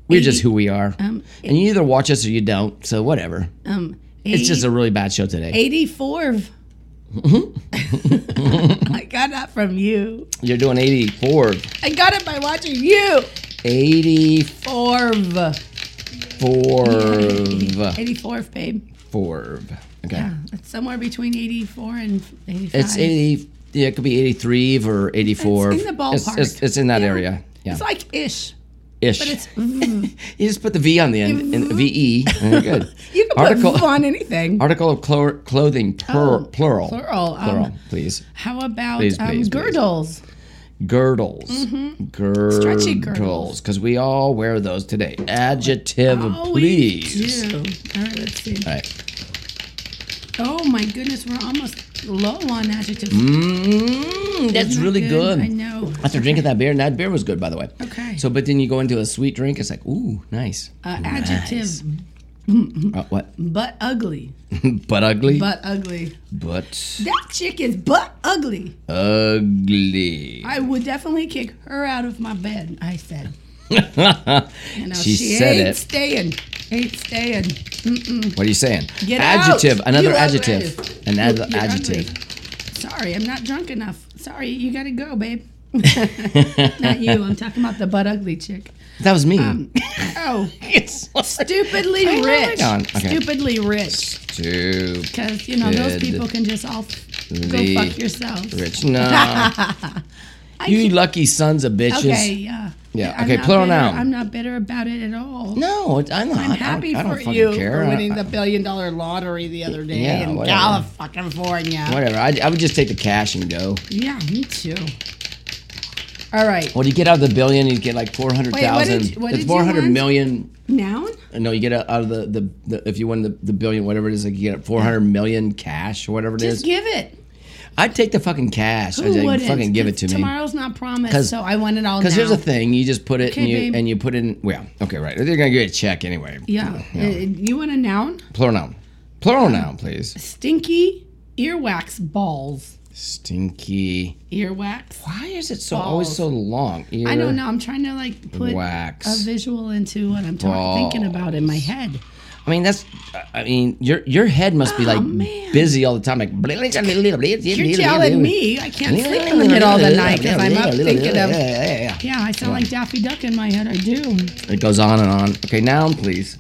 Speaker 2: We're just who we are,
Speaker 3: Um,
Speaker 2: and you either watch us or you don't. So whatever.
Speaker 3: um,
Speaker 2: It's just a really bad show today.
Speaker 3: E 84. I got that from you.
Speaker 2: You're doing 84,
Speaker 3: I got it by watching you.
Speaker 2: 84,
Speaker 3: Forv. 84, babe.
Speaker 2: Okay.
Speaker 3: Yeah, it's somewhere between 84 and 85.
Speaker 2: It's 80. Yeah, it could be 83 or 84.
Speaker 3: It's in the
Speaker 2: It's, it's,
Speaker 3: ballpark.
Speaker 2: it's in that
Speaker 3: Yeah.
Speaker 2: area. Yeah.
Speaker 3: It's like ish,
Speaker 2: Ish.
Speaker 3: but it's v.
Speaker 2: you just put the V on the end, and VE. and you're Good.
Speaker 3: you can put v on anything.
Speaker 2: Article of clo- clothing, plur-
Speaker 3: Oh,
Speaker 2: plural.
Speaker 3: plural, um,
Speaker 2: Plural, please.
Speaker 3: How about
Speaker 2: Please,
Speaker 3: um,
Speaker 2: please, please.
Speaker 3: girdles?
Speaker 2: Girdles. Girdles.
Speaker 3: Mm-hmm. Stretchy girdles.
Speaker 2: Because we all wear those today. Adjective,
Speaker 3: Oh,
Speaker 2: please.
Speaker 3: we do. All right, let's see.
Speaker 2: All right.
Speaker 3: Oh my goodness, we're almost low on adjectives.
Speaker 2: Mm, that's
Speaker 3: Isn't that
Speaker 2: really good.
Speaker 3: I know.
Speaker 2: After drinking that beer, and that beer was good, by the way.
Speaker 3: Okay.
Speaker 2: So, but then you go into a sweet drink, it's like, ooh, nice.
Speaker 3: Uh, adjective,
Speaker 2: Uh, what?
Speaker 3: but ugly.
Speaker 2: but ugly?
Speaker 3: But ugly.
Speaker 2: But
Speaker 3: That chick is butt ugly.
Speaker 2: ugly.
Speaker 3: I would definitely kick her out of my bed. I said. You know,
Speaker 2: she,
Speaker 3: she,
Speaker 2: said
Speaker 3: ain't
Speaker 2: it.
Speaker 3: staying. Ain't staying.
Speaker 2: What are you saying?
Speaker 3: Get
Speaker 2: adjective.
Speaker 3: out.
Speaker 2: Another
Speaker 3: You
Speaker 2: adjective.
Speaker 3: ugly.
Speaker 2: Another
Speaker 3: You're
Speaker 2: adjective.
Speaker 3: ugly. Sorry, I'm not drunk enough. Sorry, you gotta go, babe. not you. I'm talking about the butt ugly chick.
Speaker 2: That was me.
Speaker 3: Oh,
Speaker 2: It's like-
Speaker 3: stupidly
Speaker 2: Hang on, hang
Speaker 3: rich.
Speaker 2: on. Okay.
Speaker 3: Stupidly rich.
Speaker 2: Stupid.
Speaker 3: Because you know those
Speaker 2: Stupid.
Speaker 3: people can just all f- go
Speaker 2: Lee
Speaker 3: fuck yourselves.
Speaker 2: Rich. No.
Speaker 3: I
Speaker 2: you
Speaker 3: keep-
Speaker 2: lucky sons of bitches.
Speaker 3: okay, yeah.
Speaker 2: Yeah,
Speaker 3: I'm
Speaker 2: okay,
Speaker 3: not
Speaker 2: plural
Speaker 3: bitter.
Speaker 2: noun.
Speaker 3: I'm not bitter about it at all.
Speaker 2: No, it- I'm not.
Speaker 3: I'm happy
Speaker 2: I don't, I
Speaker 3: for
Speaker 2: don't fucking
Speaker 3: you
Speaker 2: care.
Speaker 3: for winning
Speaker 2: I-
Speaker 3: the billion dollar lottery the other day
Speaker 2: Yeah,
Speaker 3: in
Speaker 2: whatever.
Speaker 3: California.
Speaker 2: Whatever. I, I would just take the cash and go.
Speaker 3: Yeah, me too. All right.
Speaker 2: Well, you get out of the billion, you get like four hundred thousand.
Speaker 3: did- what
Speaker 2: It's
Speaker 3: did you
Speaker 2: four hundred
Speaker 3: want?
Speaker 2: million.
Speaker 3: Noun?
Speaker 2: No, you get out out of the, the, the if you win the, the billion, whatever it is, like you get four hundred million cash or whatever it is.
Speaker 3: Just give it.
Speaker 2: I'd take the fucking cash.
Speaker 3: Who
Speaker 2: I'd like,
Speaker 3: wouldn't?
Speaker 2: fucking give it to me.
Speaker 3: Tomorrow's not promised,
Speaker 2: 'Cause-
Speaker 3: so I want it all now.
Speaker 2: Because here's the thing: you just put it
Speaker 3: Okay,
Speaker 2: and you
Speaker 3: babe.
Speaker 2: and you put in. Well, okay, right. They're gonna get a check anyway.
Speaker 3: Yeah. Uh, you want a noun?
Speaker 2: Plural noun. Plural noun, please.
Speaker 3: Stinky earwax balls.
Speaker 2: Stinky.
Speaker 3: Earwax.
Speaker 2: Why is it so always so long? Ear,
Speaker 3: I don't know. I'm trying to like put
Speaker 2: Wax.
Speaker 3: a visual into what I'm talk- thinking about in my head.
Speaker 2: I mean, that's. I mean, your your head must be
Speaker 3: Oh,
Speaker 2: like
Speaker 3: man.
Speaker 2: busy all the time. Like you're
Speaker 3: You're telling me I can't sleep in the middle of the night because I'm up thinking of.
Speaker 2: Yeah,
Speaker 3: Yeah, I sound like Daffy Duck in my head. I do.
Speaker 2: It goes on and on. Okay, noun, please.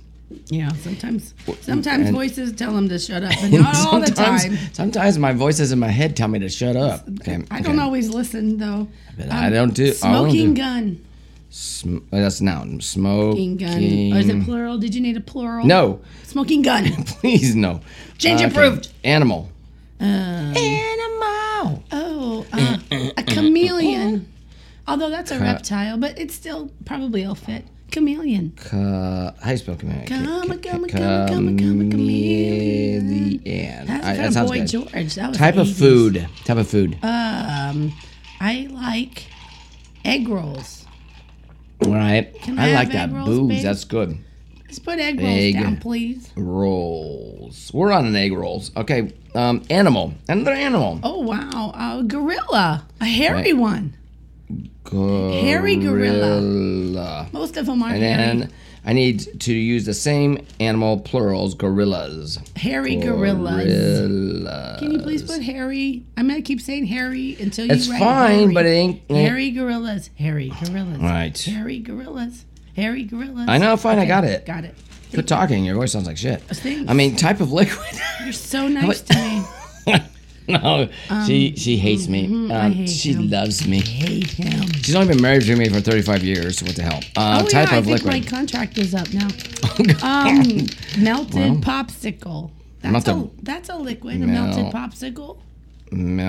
Speaker 3: Yeah, sometimes sometimes
Speaker 2: and-
Speaker 3: voices tell them to shut up, but not all the time.
Speaker 2: Sometimes my voices in my head tell me to shut up. Okay,
Speaker 3: I don't
Speaker 2: okay.
Speaker 3: always listen though. Um,
Speaker 2: But I don't do- I don't
Speaker 3: smoking
Speaker 2: do-
Speaker 3: gun.
Speaker 2: Sm- uh, that's a noun. Smoking.
Speaker 3: Smoking gun. Or is it plural? Did you need a plural?
Speaker 2: No,
Speaker 3: Smoking gun.
Speaker 2: please no.
Speaker 3: Change
Speaker 2: Okay.
Speaker 3: approved.
Speaker 2: Animal.
Speaker 3: Um,
Speaker 2: Animal.
Speaker 3: oh,
Speaker 2: Mm,
Speaker 3: uh, a chameleon. Although that's a reptile, but it's still probably will fit. Chameleon.
Speaker 2: Ca- Uh, how do you spell chameleon?
Speaker 3: Come,
Speaker 2: Ca- ca-
Speaker 3: come, come, come, come, chameleon.
Speaker 2: chameleon.
Speaker 3: That's
Speaker 2: I-
Speaker 3: from
Speaker 2: that sounds
Speaker 3: Boy
Speaker 2: good.
Speaker 3: George. That was
Speaker 2: Type of
Speaker 3: 80s.
Speaker 2: food. Type of food.
Speaker 3: Um, I like egg rolls.
Speaker 2: All right.
Speaker 3: can I
Speaker 2: I like
Speaker 3: have
Speaker 2: that.
Speaker 3: egg rolls,
Speaker 2: Boobs.
Speaker 3: babe?
Speaker 2: That's good.
Speaker 3: Let's put egg rolls
Speaker 2: Egg.
Speaker 3: down, please.
Speaker 2: Rolls. We're on an egg rolls. Okay. Um, animal. Another animal.
Speaker 3: Oh wow, a gorilla, a hairy
Speaker 2: Right.
Speaker 3: one.
Speaker 2: Gorilla.
Speaker 3: Oh, hairy gorilla. Most of them are
Speaker 2: And
Speaker 3: hairy.
Speaker 2: then I need to use the same animal plurals. Gorillas.
Speaker 3: hairy gorillas.
Speaker 2: Gorilla.
Speaker 3: Can you please put hairy? I'm gonna keep saying hairy until you.
Speaker 2: It's
Speaker 3: write
Speaker 2: fine,
Speaker 3: hairy.
Speaker 2: but it ain't-
Speaker 3: Hairy gorillas. Hairy gorillas.
Speaker 2: Right.
Speaker 3: Hairy gorillas. Hairy gorillas.
Speaker 2: I know. Fine. I got it.
Speaker 3: Got it.
Speaker 2: Quit talking. Your voice sounds like shit.
Speaker 3: Thanks.
Speaker 2: I mean, type of liquid.
Speaker 3: You're so nice to me.
Speaker 2: no, she she hates me.
Speaker 3: Um, mm-hmm, I
Speaker 2: Um,
Speaker 3: hate
Speaker 2: she
Speaker 3: him.
Speaker 2: loves me.
Speaker 3: Hate him.
Speaker 2: She's only been married to me for 35 years. What the hell? Uh,
Speaker 3: oh
Speaker 2: type
Speaker 3: yeah,
Speaker 2: of
Speaker 3: I think
Speaker 2: liquid. Oh,
Speaker 3: my contract is up now. Um, melted popsicle. That's a
Speaker 2: Melted-
Speaker 3: that's a liquid. A
Speaker 2: Mel-
Speaker 3: melted popsicle.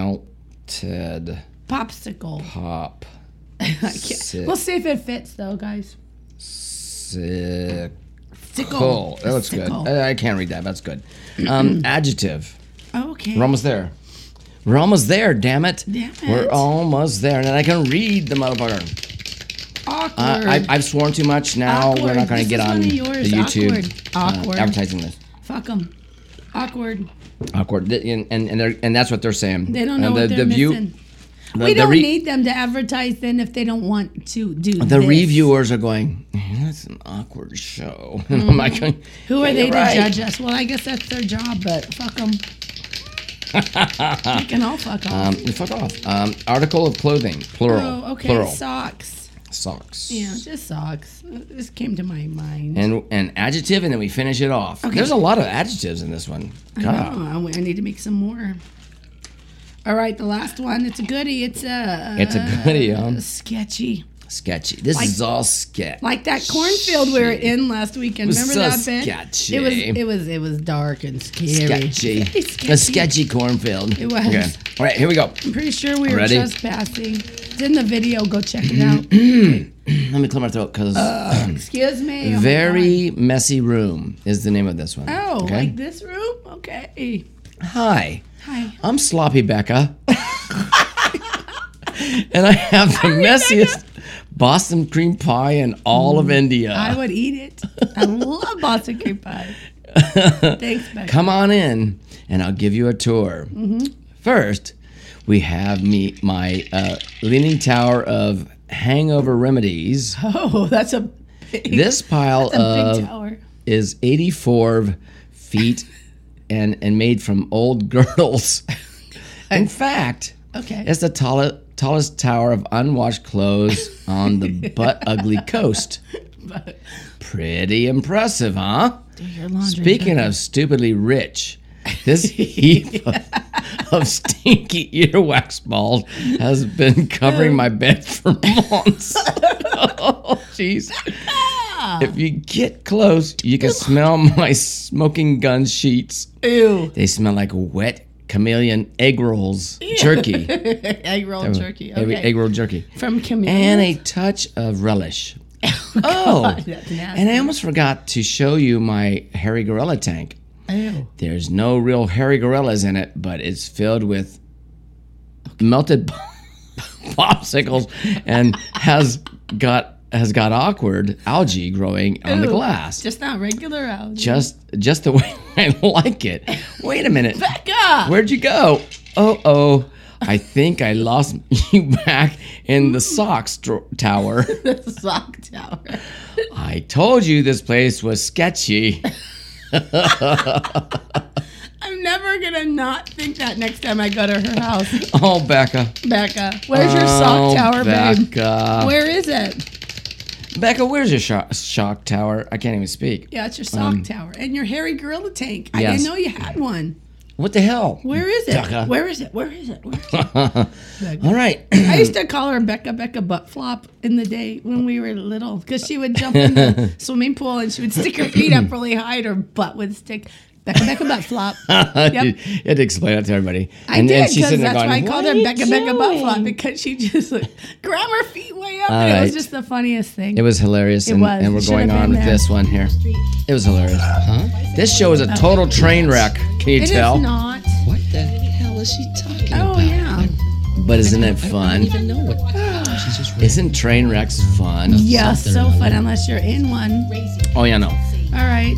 Speaker 2: Melted
Speaker 3: Popsicle.
Speaker 2: pop.
Speaker 3: I can't- We'll see if it fits though, guys.
Speaker 2: Sickle.
Speaker 3: Sickle.
Speaker 2: That looks good.
Speaker 3: Oh, Sickle.
Speaker 2: Uh, I can't read that. That's good. Um, adjective.
Speaker 3: Okay.
Speaker 2: We're almost there. We're almost there. Damn it.
Speaker 3: Damn
Speaker 2: We're
Speaker 3: it.
Speaker 2: almost there, and I can read the motherfucker.
Speaker 3: Awkward.
Speaker 2: I, I, I've sworn too much. Now we're
Speaker 3: Awkward.
Speaker 2: not going to
Speaker 3: This
Speaker 2: get
Speaker 3: is
Speaker 2: on
Speaker 3: one
Speaker 2: the
Speaker 3: of yours.
Speaker 2: YouTube
Speaker 3: Awkward.
Speaker 2: uh,
Speaker 3: Awkward.
Speaker 2: advertising this.
Speaker 3: Fuck them. Awkward.
Speaker 2: awkward Th- and and and, they're, and that's what they're saying
Speaker 3: They
Speaker 2: And
Speaker 3: don't know
Speaker 2: the,
Speaker 3: what they're
Speaker 2: the view-
Speaker 3: missing.
Speaker 2: the,
Speaker 3: we
Speaker 2: the
Speaker 3: don't
Speaker 2: re-
Speaker 3: need them to advertise then if they don't want to do
Speaker 2: the
Speaker 3: this.
Speaker 2: reviewers are going that's an awkward show And I'm like,
Speaker 3: Mm-hmm. Who are
Speaker 2: "Yeah,
Speaker 3: they
Speaker 2: you're right."
Speaker 3: to judge us? Well, I guess that's their job, but fuck them. we can all fuck
Speaker 2: um,
Speaker 3: off.
Speaker 2: fuck off um, article of clothing plural
Speaker 3: oh, okay.
Speaker 2: plural
Speaker 3: Socks.
Speaker 2: socks
Speaker 3: Yeah, just socks. This came to my mind.
Speaker 2: and an adjective and then we finish it off there's a lot of adjectives in this one God.
Speaker 3: Oh, I need to make some more. All right, the last one. It's a goodie. It's a. uh,
Speaker 2: it's a goodie um,
Speaker 3: sketchy.
Speaker 2: sketchy this is all sketch
Speaker 3: Like that cornfield we were in last weekend.
Speaker 2: was
Speaker 3: Remember
Speaker 2: so
Speaker 3: that bit?
Speaker 2: sketchy.
Speaker 3: It was. It was. It was dark and scary.
Speaker 2: sketchy
Speaker 3: Very
Speaker 2: a
Speaker 3: sketchy.
Speaker 2: sketchy cornfield
Speaker 3: It was.
Speaker 2: okay all right here we go
Speaker 3: I'm pretty sure we were
Speaker 2: Ready? Mm-hmm.
Speaker 3: trespassing. It's in the video. Go check it out.
Speaker 2: let me clear my throat because
Speaker 3: Excuse me. Oh my
Speaker 2: Very Messy Room is the name of this one.
Speaker 3: God. Oh,
Speaker 2: okay?
Speaker 3: like this room? Okay.
Speaker 2: Hi,
Speaker 3: Hi.
Speaker 2: I'm Sloppy Becca. and I have the messiest Boston cream pie in all of India.
Speaker 3: Mm-hmm. I would eat it. I love Boston cream pie. Thanks, Becca.
Speaker 2: Come on in and I'll give you a tour.
Speaker 3: Mm-hmm.
Speaker 2: First, we have me my uh, Leaning Tower of Hangover Remedies.
Speaker 3: Oh, that's a big,
Speaker 2: This uh, pile
Speaker 3: that's a
Speaker 2: of
Speaker 3: big tower.
Speaker 2: is 84 feet and, and made from old girdles. In fact,
Speaker 3: Okay.
Speaker 2: it's the tallest, tallest tower of unwashed clothes on the butt ugly coast.
Speaker 3: But
Speaker 2: Pretty impressive, huh?
Speaker 3: do your laundry.
Speaker 2: Speaking of stupidly rich, this heap of, of stinky earwax balls has been covering my bed for months. oh, jeez.
Speaker 3: Ah.
Speaker 2: If you get close, you can smell my smoking gun sheets.
Speaker 3: Ew.
Speaker 2: They smell like wet chameleon egg rolls, jerky,
Speaker 3: Egg roll turkey. Okay.
Speaker 2: Egg- egg roll jerky,
Speaker 3: From chameleon.
Speaker 2: and a touch of relish. Oh,
Speaker 3: that's
Speaker 2: and I almost forgot to show you my hairy gorilla tank.
Speaker 3: Ew.
Speaker 2: There's no real hairy gorillas in it, but it's filled with melted popsicles and has got has got awkward algae growing on the
Speaker 3: Ooh,
Speaker 2: glass. Just
Speaker 3: Just not regular out.
Speaker 2: just the way I like it. Wait a minute.
Speaker 3: Becca!
Speaker 2: Where'd you go? Oh, oh. I think I lost you back in the socks dro- tower.
Speaker 3: the sock tower.
Speaker 2: I told you this place was sketchy.
Speaker 3: I'm never gonna not think that next time I go to her house.
Speaker 2: Oh, Becca.
Speaker 3: Becca, where's your
Speaker 2: Oh,
Speaker 3: sock tower, babe?
Speaker 2: Becca.
Speaker 3: Where is it?
Speaker 2: Becca, where's your shock, shock tower? I can't even speak.
Speaker 3: Yeah, it's your sock tower and your hairy gorilla tank. I
Speaker 2: Um, yes.
Speaker 3: didn't know you had one.
Speaker 2: What the hell?
Speaker 3: Where is it?
Speaker 2: Becca.
Speaker 3: Where is it? Where is it? Where is it?
Speaker 2: All right.
Speaker 3: I used to call her Becca Becca butt flop in the day when we were little because she would jump in the swimming pool and she would stick her feet up really high and her butt would stick. Becca Becca butt flop.
Speaker 2: you had to explain that to everybody.
Speaker 3: I did
Speaker 2: she's
Speaker 3: because
Speaker 2: sitting there
Speaker 3: that's why I
Speaker 2: going,
Speaker 3: called her
Speaker 2: "What are you
Speaker 3: Becca Becca butt flop
Speaker 2: doing?"
Speaker 3: because she just like, grabbed her feet way up
Speaker 2: All
Speaker 3: and it
Speaker 2: right.
Speaker 3: was just the funniest thing.
Speaker 2: It was hilarious, and,
Speaker 3: was.
Speaker 2: and we're
Speaker 3: It should
Speaker 2: going
Speaker 3: have
Speaker 2: on
Speaker 3: been
Speaker 2: with
Speaker 3: there.
Speaker 2: this one here. It was hilarious. Huh? This show is a total train wreck. Can you
Speaker 3: It is
Speaker 2: tell?
Speaker 3: not.
Speaker 5: What the hell is she talking about?
Speaker 3: Oh yeah.
Speaker 2: but isn't it
Speaker 5: I
Speaker 2: fun?
Speaker 5: don't even know what. She's just
Speaker 2: Isn't train wrecks fun?
Speaker 3: Yeah, so fun unless you're in one.
Speaker 2: Oh yeah, no.
Speaker 3: All right.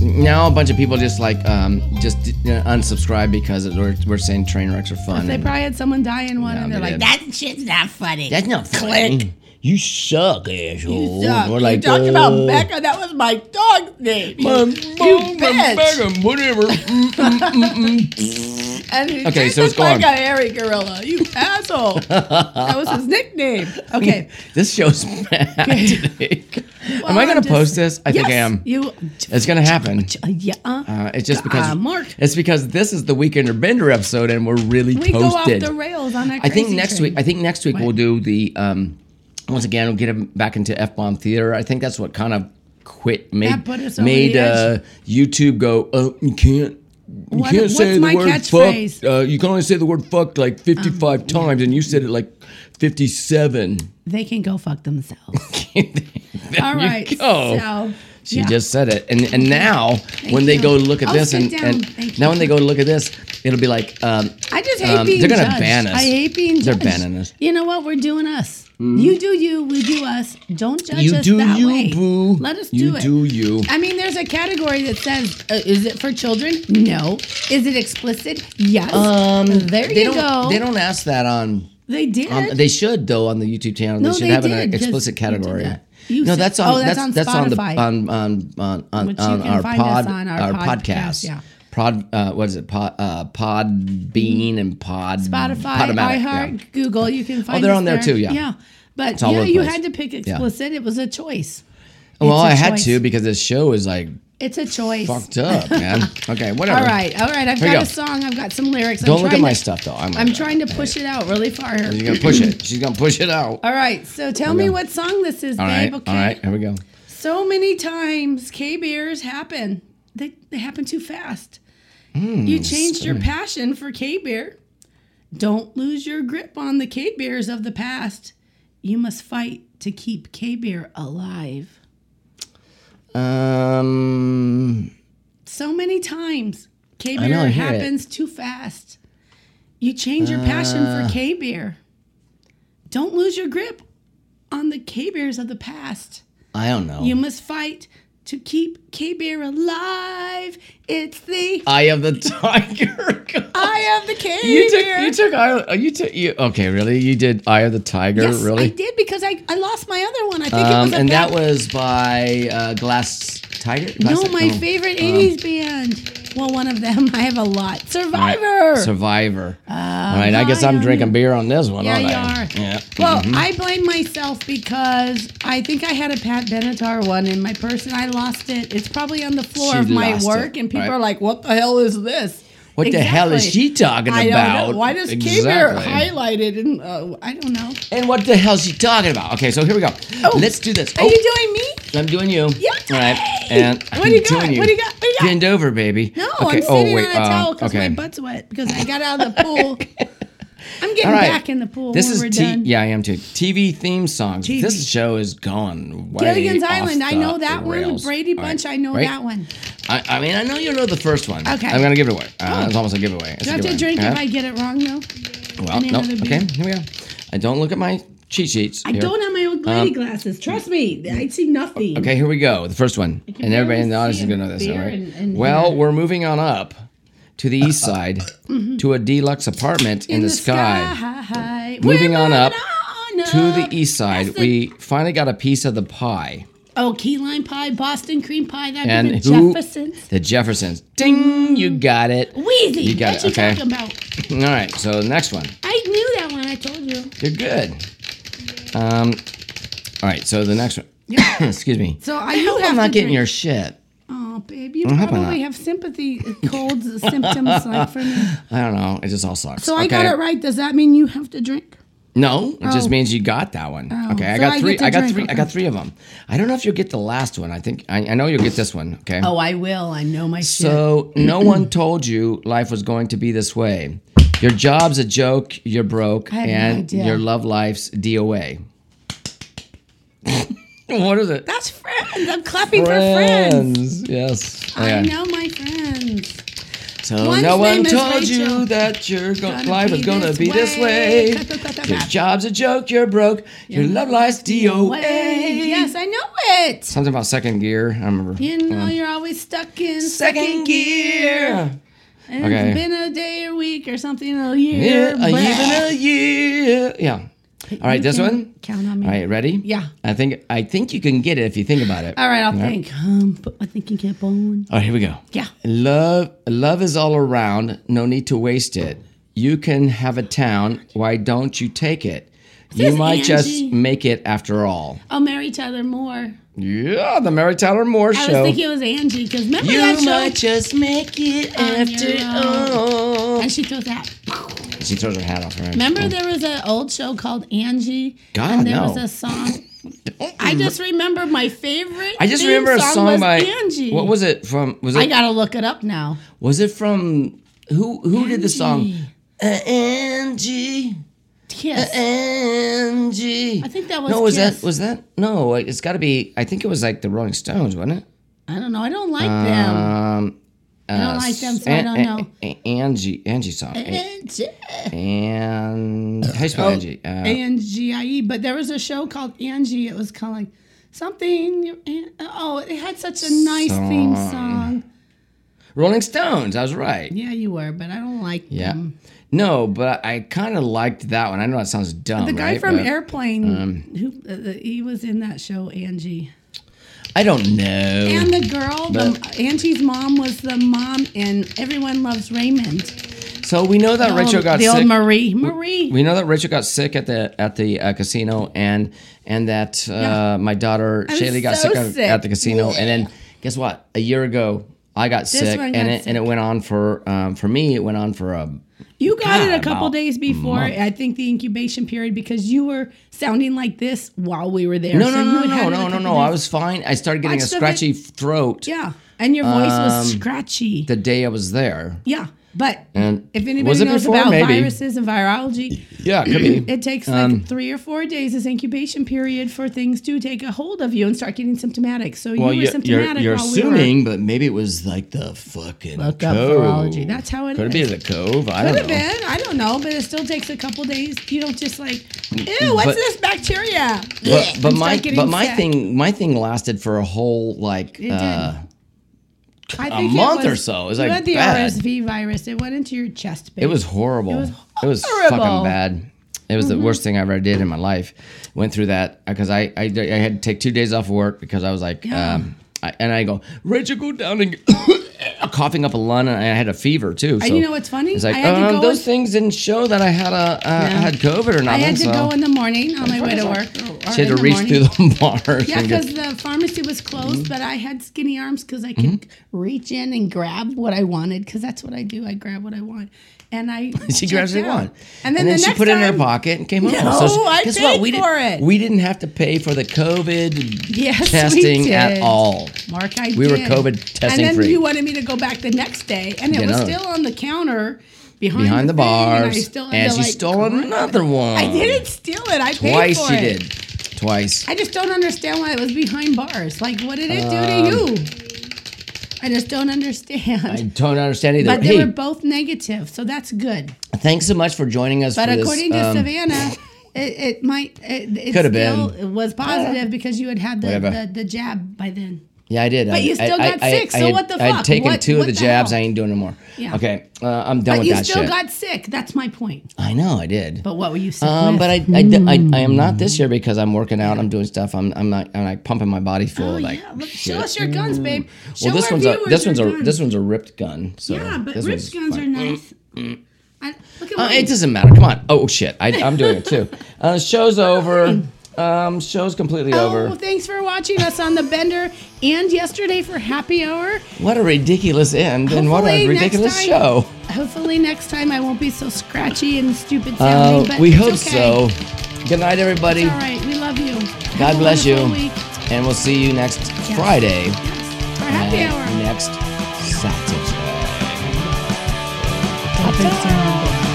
Speaker 2: Now a bunch of people just like um, just uh, unsubscribe because it- we're, we're saying train wrecks are fun.
Speaker 3: They
Speaker 2: and-
Speaker 3: probably had someone die in one,
Speaker 2: Yeah,
Speaker 3: and they're
Speaker 2: they
Speaker 3: like,
Speaker 2: did.
Speaker 3: "That shit's not funny."
Speaker 2: That's not funny. You suck, asshole.
Speaker 3: You suck.
Speaker 2: We're
Speaker 3: You
Speaker 2: like,
Speaker 3: talked
Speaker 2: "Oh,
Speaker 3: about Becca. That was my dog name. You,
Speaker 2: I'm-
Speaker 3: you
Speaker 2: I'm
Speaker 3: bitch.
Speaker 2: Beckham, whatever. Mm, mm, mm, mm.
Speaker 3: And he
Speaker 2: Okay,
Speaker 3: just
Speaker 2: so it's
Speaker 3: looked like
Speaker 2: gone.
Speaker 3: a hairy gorilla. You asshole. that was his nickname. Okay.
Speaker 2: this show's bad today. am I
Speaker 3: Well,
Speaker 2: gonna
Speaker 3: I'm just-
Speaker 2: post this? I think I
Speaker 3: Yes,
Speaker 2: am.
Speaker 3: You.
Speaker 2: It's gonna happen.
Speaker 3: Uh, yeah. uh,
Speaker 2: Uh, it's just because
Speaker 3: Uh, Mark.
Speaker 2: It's because this is the Weekender Bender episode, and we're really
Speaker 3: we go off
Speaker 2: toasted.
Speaker 3: the rails on that.
Speaker 2: I think
Speaker 3: crazy
Speaker 2: next
Speaker 3: train.
Speaker 2: week. I think next week we'll
Speaker 3: What?
Speaker 2: do the. Um, once again, we'll get him back into F bomb theater. I think that's what kind of quit made
Speaker 3: put us over
Speaker 2: made
Speaker 3: the edge.
Speaker 2: uh, YouTube go. Oh, you can't. You
Speaker 3: What-
Speaker 2: can't
Speaker 3: what's
Speaker 2: say the
Speaker 3: my
Speaker 2: word
Speaker 3: catchphrase? Oh,
Speaker 2: fuck. Uh, you can only say the word fuck like 55 times, and you said it like 57.
Speaker 3: they can go fuck themselves.
Speaker 2: There
Speaker 3: All
Speaker 2: you
Speaker 3: right.
Speaker 2: go.
Speaker 3: So
Speaker 2: She
Speaker 3: yeah.
Speaker 2: just said it, and and now when they
Speaker 3: you.
Speaker 2: go look at
Speaker 3: Oh,
Speaker 2: this,
Speaker 3: sit
Speaker 2: and,
Speaker 3: down.
Speaker 2: and
Speaker 3: Thank
Speaker 2: now
Speaker 3: you.
Speaker 2: when they go look at this, it'll be like, um,
Speaker 3: I just hate
Speaker 2: Um,
Speaker 3: being
Speaker 2: they're gonna
Speaker 3: judged.
Speaker 2: ban us.
Speaker 3: I hate being
Speaker 2: They're
Speaker 3: judged.
Speaker 2: banning us. Mm-hmm.
Speaker 3: You know what? We're doing us. You do you, we do us. Don't judge
Speaker 2: "You
Speaker 3: us
Speaker 2: do
Speaker 3: that
Speaker 2: you,
Speaker 3: way.
Speaker 2: boo.
Speaker 3: Let us
Speaker 2: You
Speaker 3: do it.
Speaker 2: do you."
Speaker 3: I mean, there's a category that says, uh, is it for children? No. Is it explicit? Yes. Um, there
Speaker 2: They
Speaker 3: you
Speaker 2: don't.
Speaker 3: go.
Speaker 2: They don't ask that on.
Speaker 3: They did.
Speaker 2: on they should though on the YouTube channel.
Speaker 3: No,
Speaker 2: they should
Speaker 3: they
Speaker 2: have an uh,
Speaker 3: did, 'cause
Speaker 2: explicit
Speaker 3: you did
Speaker 2: category.
Speaker 3: that. You
Speaker 2: no,
Speaker 3: said-
Speaker 2: that's on.
Speaker 3: oh, that's
Speaker 2: that's
Speaker 3: on
Speaker 2: that's on the
Speaker 3: Spotify.
Speaker 2: on on on on,
Speaker 3: Which you
Speaker 2: on
Speaker 3: can
Speaker 2: our
Speaker 3: find us
Speaker 2: pod
Speaker 3: on our podcast, yeah.
Speaker 2: Prod, uh, what is it? Pod, uh, pod Bean and Pod
Speaker 3: Spotify,
Speaker 2: Podomatic, yeah. Oh,
Speaker 3: iHeart, Google. You can find.
Speaker 2: they're
Speaker 3: us
Speaker 2: on there too, yeah.
Speaker 3: Yeah. But
Speaker 2: all
Speaker 3: yeah,
Speaker 2: over the
Speaker 3: you
Speaker 2: place.
Speaker 3: had to pick explicit. It was a choice.
Speaker 2: Well,
Speaker 3: It's a
Speaker 2: I had
Speaker 3: choice.
Speaker 2: to because this show is like
Speaker 3: It's a choice.
Speaker 2: fucked up, man. okay, whatever.
Speaker 3: All right, all right. I've
Speaker 2: Here you
Speaker 3: got
Speaker 2: go.
Speaker 3: a song. I've got some lyrics.
Speaker 2: Don't look at
Speaker 3: trying
Speaker 2: my
Speaker 3: to-
Speaker 2: stuff though. I'm,
Speaker 3: I'm trying to push it out really far
Speaker 2: She's
Speaker 3: here.
Speaker 2: gonna push it. She's gonna push it out.
Speaker 3: All right, so tell me what song this is,
Speaker 2: All right.
Speaker 3: babe. Okay.
Speaker 2: All right. Here we go.
Speaker 3: So many times K beers happen. They they happen too fast.
Speaker 2: Hmm,
Speaker 3: you changed your passion for K beer. Don't lose your grip on the K beers of the past. You must fight to keep K beer alive.
Speaker 2: Um,
Speaker 3: So many times K
Speaker 2: I know, I hear
Speaker 3: beer
Speaker 2: it.
Speaker 3: happens too fast. You change your passion
Speaker 2: Uh.
Speaker 3: for K beer. Don't lose your grip on the K beers of the past.
Speaker 2: I don't know.
Speaker 3: You must fight to keep K Bear alive. It's the
Speaker 2: Eye of the tiger.
Speaker 3: eye of the K Bear.
Speaker 2: Uh, you took. You took. Eye, oh, you took. You okay? Really? You did. Eye of the tiger.
Speaker 3: yes,
Speaker 2: really?
Speaker 3: I did because I, I lost my other one. I think it
Speaker 2: Um,
Speaker 3: was a
Speaker 2: and
Speaker 3: bad-
Speaker 2: that was by uh, Glass Tiger. Glass
Speaker 3: no my
Speaker 2: oh.
Speaker 3: favorite '80s band. Well, one of them. I have a lot.
Speaker 2: All right,
Speaker 3: Survivor.
Speaker 2: Survivor. All right. I guess
Speaker 3: hi,
Speaker 2: I'm
Speaker 3: I'm-
Speaker 2: drinking beer on this one,
Speaker 3: Yeah,
Speaker 2: aren't
Speaker 3: you
Speaker 2: I?
Speaker 3: are.
Speaker 2: Yeah.
Speaker 3: Well, I blame myself because I think I had a Pat Benatar one in my purse and I lost it. It's probably on the floor
Speaker 2: She
Speaker 3: of my
Speaker 2: lost
Speaker 3: work,
Speaker 2: it,
Speaker 3: and people
Speaker 2: right.
Speaker 3: are like, "What the hell is this?"
Speaker 2: What the hell is
Speaker 3: Exactly.
Speaker 2: she talking
Speaker 3: I
Speaker 2: about?
Speaker 3: Don't know. Why does
Speaker 2: Exactly.
Speaker 3: K-Bear highlighted? And uh, I don't know.
Speaker 2: And what the hell is she talking about? Okay, so here we go.
Speaker 3: Oh.
Speaker 2: Let's do this.
Speaker 3: Are you doing me?
Speaker 2: I'm doing you.
Speaker 3: Yay!
Speaker 2: All right. And
Speaker 3: What do you
Speaker 2: I'm doing
Speaker 3: got? What do you got? What do you got?
Speaker 2: Bend over, baby.
Speaker 3: No,
Speaker 2: Okay,
Speaker 3: I'm sitting on a
Speaker 2: uh,
Speaker 3: towel because
Speaker 2: okay.
Speaker 3: my butt's wet because I got out of the pool. I'm getting
Speaker 2: All right.
Speaker 3: back in the pool
Speaker 2: This
Speaker 3: when
Speaker 2: is
Speaker 3: we're
Speaker 2: T-
Speaker 3: done.
Speaker 2: yeah, I am too. TV theme songs.
Speaker 3: TV.
Speaker 2: This show is gone. Way
Speaker 3: Gilligan's
Speaker 2: off
Speaker 3: Island, I
Speaker 2: the
Speaker 3: know that one.
Speaker 2: rails.
Speaker 3: Brady
Speaker 2: All
Speaker 3: Bunch,
Speaker 2: right.
Speaker 3: I know
Speaker 2: Right?
Speaker 3: that one.
Speaker 2: I, I mean, I know you know the first one.
Speaker 3: Okay.
Speaker 2: I'm gonna give it away. Uh,
Speaker 3: Oh.
Speaker 2: It's almost a giveaway. It's
Speaker 3: Do
Speaker 2: a
Speaker 3: I have to
Speaker 2: giveaway.
Speaker 3: drink
Speaker 2: Yeah.
Speaker 3: if I get it wrong though?
Speaker 2: Well,
Speaker 3: then
Speaker 2: no.
Speaker 3: another
Speaker 2: Okay,
Speaker 3: beer.
Speaker 2: here we go. I don't look at my cheat sheets.
Speaker 3: I
Speaker 2: here.
Speaker 3: don't have my old lady glasses. Trust me, I see nothing.
Speaker 2: Um, Okay, here we go. The first one.
Speaker 3: can
Speaker 2: And everybody in the
Speaker 3: barely
Speaker 2: audience
Speaker 3: see
Speaker 2: is going to know
Speaker 3: it.
Speaker 2: this. All
Speaker 3: Beer
Speaker 2: right.
Speaker 3: and- and
Speaker 2: well,
Speaker 3: beer.
Speaker 2: we're moving on up to the east side to a deluxe apartment in, the, sky.
Speaker 3: Mm-hmm. sky.
Speaker 2: Moving
Speaker 3: We're
Speaker 2: on up
Speaker 3: on
Speaker 2: To the e-
Speaker 3: up.
Speaker 2: east side,
Speaker 3: That's the-
Speaker 2: we finally got a piece of the pie.
Speaker 3: oh key lime pie, Boston cream pie. That'd
Speaker 2: And
Speaker 3: be the
Speaker 2: who?
Speaker 3: Jeffersons.
Speaker 2: The Jeffersons. Ding! You got it. All
Speaker 3: Wheezy.
Speaker 2: You got it,
Speaker 3: what you
Speaker 2: okay.
Speaker 3: talking about?
Speaker 2: right, so the next one.
Speaker 3: I knew that one. I told you.
Speaker 2: You're good. Um, all right, so the next one. Excuse me.
Speaker 3: So I,
Speaker 2: I
Speaker 3: do
Speaker 2: hope
Speaker 3: have
Speaker 2: I'm
Speaker 3: to
Speaker 2: not getting
Speaker 3: drink.
Speaker 2: your shit.
Speaker 3: Oh, babe, you
Speaker 2: hope I'm
Speaker 3: probably
Speaker 2: Mm, not.
Speaker 3: have sympathy colds symptoms like for me.
Speaker 2: I don't know. It just all sucks.
Speaker 3: So I got it right. Does that mean you have to drink?
Speaker 2: No, it
Speaker 3: Oh.
Speaker 2: just means you got that one.
Speaker 3: Oh,
Speaker 2: okay, I
Speaker 3: so
Speaker 2: got
Speaker 3: I get
Speaker 2: three.
Speaker 3: to
Speaker 2: I got
Speaker 3: drink,
Speaker 2: three. I
Speaker 3: okay.
Speaker 2: got three of them. I don't know if you'll get the last one. I think I, I know you'll get this one. Okay.
Speaker 3: Oh, I will. I know my
Speaker 2: So no one told you life was going to be this way. Your job's a joke. You're broke,
Speaker 3: I had no
Speaker 2: and
Speaker 3: idea.
Speaker 2: your love life's DOA. what is it?
Speaker 3: That's friends. I'm clapping for friends.
Speaker 2: Yes.
Speaker 3: I
Speaker 2: Okay.
Speaker 3: know my friends.
Speaker 2: So
Speaker 3: One's
Speaker 2: no one
Speaker 3: name is
Speaker 2: told
Speaker 3: Rachel.
Speaker 2: you that your go-
Speaker 3: Gonna
Speaker 2: life
Speaker 3: be
Speaker 2: is gonna
Speaker 3: this
Speaker 2: be this
Speaker 3: way.
Speaker 2: way. Your
Speaker 3: Ba-ba-ba-ba-ba.
Speaker 2: job's a joke. You're broke. Your love life's DOA.
Speaker 3: Yes, I know it.
Speaker 2: Something about second gear. I remember. Uh,
Speaker 3: You know you're always stuck in
Speaker 2: Second gear.
Speaker 3: And
Speaker 2: Okay.
Speaker 3: It's been a day or week or something a year.
Speaker 2: Yeah,
Speaker 3: Yeah,
Speaker 2: a even a year. Yeah. All right, this one.
Speaker 3: Count on me.
Speaker 2: All right, ready?
Speaker 3: Mm-hmm. Yeah.
Speaker 2: I think I think you can get it if you think about it.
Speaker 3: All right, I'll
Speaker 2: Yeah.
Speaker 3: think. Um, put my thinking cap on.
Speaker 2: All right, here we go.
Speaker 3: Yeah.
Speaker 2: Love love is all around. No need to waste it. You can have a town. Why don't you take it? You
Speaker 3: This is
Speaker 2: might just
Speaker 3: Angie.
Speaker 2: make it after all.
Speaker 3: I'll marry Tyler Moore.
Speaker 2: Yeah, the Mary Tyler Moore
Speaker 3: I
Speaker 2: show.
Speaker 3: was thinking it was Angie because remember
Speaker 2: you
Speaker 3: that show?
Speaker 2: might just make it
Speaker 3: On
Speaker 2: after
Speaker 3: your
Speaker 2: all.
Speaker 3: And she throws that.
Speaker 2: She throws her hat off. Her
Speaker 3: Remember there was an old show called Angie?
Speaker 2: God,
Speaker 3: And there
Speaker 2: no.
Speaker 3: was a song. I just remember my favorite.
Speaker 2: I just
Speaker 3: theme
Speaker 2: remember a
Speaker 3: song
Speaker 2: song
Speaker 3: was
Speaker 2: by
Speaker 3: Angie.
Speaker 2: What was it from? Was it
Speaker 3: I gotta look it up now.
Speaker 2: was it from who who did the song? Uh, Angie, Uh,
Speaker 3: Kiss.
Speaker 2: Angie.
Speaker 3: I think that was
Speaker 2: no. Was
Speaker 3: Kiss.
Speaker 2: that was that no? It's got to be. I think it was like the Rolling Stones, wasn't it?
Speaker 3: I don't know. I don't like them.
Speaker 2: Um,
Speaker 3: I don't like them, so I don't know.
Speaker 2: Angie, Angie song. A-
Speaker 3: Angie.
Speaker 2: And how do you spell
Speaker 3: Oh,
Speaker 2: Angie? Uh,
Speaker 3: A-N-G-I-E. E. But there was a show called Angie. It was called like something. your aunt- Oh, it had such a nice theme
Speaker 2: Song.
Speaker 3: song.
Speaker 2: Rolling Stones. I was right.
Speaker 3: Yeah, you were, but I don't like
Speaker 2: Yeah.
Speaker 3: them.
Speaker 2: No, but I kind of liked that one. I know it sounds dumb.
Speaker 3: The guy
Speaker 2: right?
Speaker 3: from
Speaker 2: But um,
Speaker 3: Airplane, who uh, the, he was in that show, Angie.
Speaker 2: I don't know.
Speaker 3: And the girl,
Speaker 2: But-
Speaker 3: the, Angie's mom was the mom in Everyone Loves Raymond.
Speaker 2: So we know that
Speaker 3: The
Speaker 2: Rachel
Speaker 3: old-
Speaker 2: got
Speaker 3: the
Speaker 2: sick.
Speaker 3: old Marie. Marie.
Speaker 2: we know that Rachel got sick at the at the uh, casino, and and that uh,
Speaker 3: Yeah.
Speaker 2: my daughter
Speaker 3: I'm
Speaker 2: Shaylee got
Speaker 3: so
Speaker 2: sick, at-
Speaker 3: sick.
Speaker 2: at the casino, and then guess what? A year ago, I got sick,
Speaker 3: one got
Speaker 2: and it and it
Speaker 3: sick.
Speaker 2: went on for um, for me. It went on for um, a
Speaker 3: you got
Speaker 2: God,
Speaker 3: it a couple
Speaker 2: about
Speaker 3: days before, I think, the incubation period because you were sounding like this while we were there.
Speaker 2: no no
Speaker 3: So you
Speaker 2: no
Speaker 3: had had
Speaker 2: no
Speaker 3: it a
Speaker 2: no no
Speaker 3: couple
Speaker 2: no. I
Speaker 3: days-
Speaker 2: was fine. I started getting
Speaker 3: Watch
Speaker 2: a
Speaker 3: the vid-
Speaker 2: scratchy throat
Speaker 3: Yeah. And your voice was
Speaker 2: Um,
Speaker 3: scratchy.
Speaker 2: the day I was there.
Speaker 3: yeah. But
Speaker 2: And
Speaker 3: if anybody
Speaker 2: was it
Speaker 3: knows
Speaker 2: before?
Speaker 3: about
Speaker 2: Maybe. Um,
Speaker 3: viruses and virology,
Speaker 2: Yeah, it could be.
Speaker 3: It takes like three or four days as incubation period for things to take a hold of you and start getting symptomatic. So
Speaker 2: well,
Speaker 3: you were
Speaker 2: you, you're,
Speaker 3: symptomatic
Speaker 2: you're
Speaker 3: while
Speaker 2: assuming,
Speaker 3: we
Speaker 2: but maybe it was like the fucking
Speaker 3: were. Look up
Speaker 2: cove.
Speaker 3: virology. That's how it
Speaker 2: Could it be
Speaker 3: is.
Speaker 2: the cove? I
Speaker 3: Could
Speaker 2: don't
Speaker 3: have
Speaker 2: know.
Speaker 3: been. I don't know, but it still takes a couple days. You don't just like, ew, what's
Speaker 2: But-
Speaker 3: this bacteria?
Speaker 2: but,
Speaker 3: And
Speaker 2: but
Speaker 3: start
Speaker 2: my
Speaker 3: getting
Speaker 2: but my
Speaker 3: sick.
Speaker 2: thing my thing lasted for a whole like
Speaker 3: It did.
Speaker 2: uh,
Speaker 3: I
Speaker 2: a
Speaker 3: think it
Speaker 2: month or
Speaker 3: was-
Speaker 2: so. It was,
Speaker 3: you
Speaker 2: like,
Speaker 3: had the
Speaker 2: bad.
Speaker 3: RSV virus. It went into your chest. Babe.
Speaker 2: it was horrible. It was,
Speaker 3: was
Speaker 2: fucking
Speaker 3: horrible. Mm-hmm.
Speaker 2: bad. It was the worst thing I ever did in my life. Went through that because I, I I had to take two days off work because I was like
Speaker 3: Yeah.
Speaker 2: um I, and I go Rachel go down and coughing up a lung and I had a fever too. So
Speaker 3: And you know what's funny?
Speaker 2: It's like
Speaker 3: I had to
Speaker 2: um,
Speaker 3: go
Speaker 2: those
Speaker 3: and-
Speaker 2: things didn't show that I had a uh, I had COVID or nothing.
Speaker 3: I had to
Speaker 2: so
Speaker 3: go in the morning on my way to work. or- or
Speaker 2: she had to
Speaker 3: in the
Speaker 2: reach
Speaker 3: morning.
Speaker 2: through the Mm-hmm. bars.
Speaker 3: Yeah,
Speaker 2: and get-
Speaker 3: because the pharmacy was closed, but I had skinny arms because I could
Speaker 2: Mm-hmm.
Speaker 3: reach in and grab what I wanted because that's what I do. I grab what I want, and I
Speaker 2: she
Speaker 3: checked
Speaker 2: grabs the
Speaker 3: out.
Speaker 2: one,
Speaker 3: And then, the
Speaker 2: she
Speaker 3: next
Speaker 2: put it in her
Speaker 3: time-
Speaker 2: pocket and came home.
Speaker 3: No,
Speaker 2: she-
Speaker 3: I paid
Speaker 2: We
Speaker 3: for
Speaker 2: didn't.
Speaker 3: it.
Speaker 2: We didn't have to pay for the COVID
Speaker 3: Yes, we
Speaker 2: testing at
Speaker 3: did.
Speaker 2: all.
Speaker 3: Mark, I
Speaker 2: We were
Speaker 3: did.
Speaker 2: COVID testing
Speaker 3: And then
Speaker 2: free.
Speaker 3: you wanted me to go back the next day, and it
Speaker 2: Yeah,
Speaker 3: was
Speaker 2: no.
Speaker 3: still on the counter behind,
Speaker 2: Behind the
Speaker 3: thing, and I
Speaker 2: bars,
Speaker 3: still had
Speaker 2: and
Speaker 3: to,
Speaker 2: she
Speaker 3: like,
Speaker 2: stole
Speaker 3: grab it.
Speaker 2: another one.
Speaker 3: I didn't steal it. I paid
Speaker 2: Twice
Speaker 3: for
Speaker 2: she
Speaker 3: it.
Speaker 2: did. Twice.
Speaker 3: I just don't understand why it was behind bars. Like, what did it do to you? I just don't understand.
Speaker 2: Um, I don't understand either.
Speaker 3: but they
Speaker 2: hey,
Speaker 3: were both negative, so that's good.
Speaker 2: thanks so much for joining us.
Speaker 3: But
Speaker 2: for this,
Speaker 3: according to
Speaker 2: um,
Speaker 3: Savannah, it, it might it, it
Speaker 2: Coulda
Speaker 3: still
Speaker 2: been.
Speaker 3: it was positive because you had had the,
Speaker 2: Whatever.
Speaker 3: the, the jab by then.
Speaker 2: Yeah, I did. But I,
Speaker 3: you still
Speaker 2: I,
Speaker 3: got
Speaker 2: I-
Speaker 3: sick,
Speaker 2: I
Speaker 3: so
Speaker 2: had-
Speaker 3: what the
Speaker 2: I had
Speaker 3: fuck?
Speaker 2: taken
Speaker 3: What-
Speaker 2: two of
Speaker 3: what
Speaker 2: the
Speaker 3: the
Speaker 2: jabs.
Speaker 3: hell?
Speaker 2: I ain't doing no more.
Speaker 3: Yeah.
Speaker 2: Okay, uh, I'm done
Speaker 3: But
Speaker 2: with
Speaker 3: you
Speaker 2: that
Speaker 3: still
Speaker 2: shit.
Speaker 3: got sick. That's my point.
Speaker 2: I know, I did.
Speaker 3: But what were you sick
Speaker 2: Um,
Speaker 3: with?
Speaker 2: but I, I, d- I-
Speaker 3: Hmm.
Speaker 2: I am not this year because I'm working out. I'm doing stuff. I'm, I'm not. I'm like pumping my body full.
Speaker 3: oh
Speaker 2: like
Speaker 3: yeah, look,
Speaker 2: shit. Mm.
Speaker 3: show us your guns, babe. Show
Speaker 2: Well, this
Speaker 3: our
Speaker 2: one's a
Speaker 3: viewers
Speaker 2: this one's a
Speaker 3: your guns.
Speaker 2: this one's a ripped gun. So
Speaker 3: yeah, but
Speaker 2: this
Speaker 3: ripped
Speaker 2: one's
Speaker 3: guns
Speaker 2: fine. Mm.
Speaker 3: are nice. I, look at
Speaker 2: Uh,
Speaker 3: mine.
Speaker 2: it doesn't matter. Come on. Oh shit, I, I'm doing it too. Uh, show's over. Um, show's completely
Speaker 3: Oh,
Speaker 2: over.
Speaker 3: thanks for watching us on the Bender and yesterday for Happy Hour.
Speaker 2: What a ridiculous end and what a
Speaker 3: Hopefully next
Speaker 2: ridiculous
Speaker 3: time-
Speaker 2: show.
Speaker 3: Hopefully next time I won't be so scratchy and stupid
Speaker 2: Uh,
Speaker 3: sounding. but
Speaker 2: we
Speaker 3: it's
Speaker 2: hope
Speaker 3: okay.
Speaker 2: so. Good night, everybody,
Speaker 3: All right, we love you.
Speaker 2: God
Speaker 3: Have a
Speaker 2: bless you.
Speaker 3: wonderful Week.
Speaker 2: and we'll see you next Friday
Speaker 3: Yes, for happy
Speaker 2: and
Speaker 3: hour.
Speaker 2: next Saturday.
Speaker 4: Perfect sound.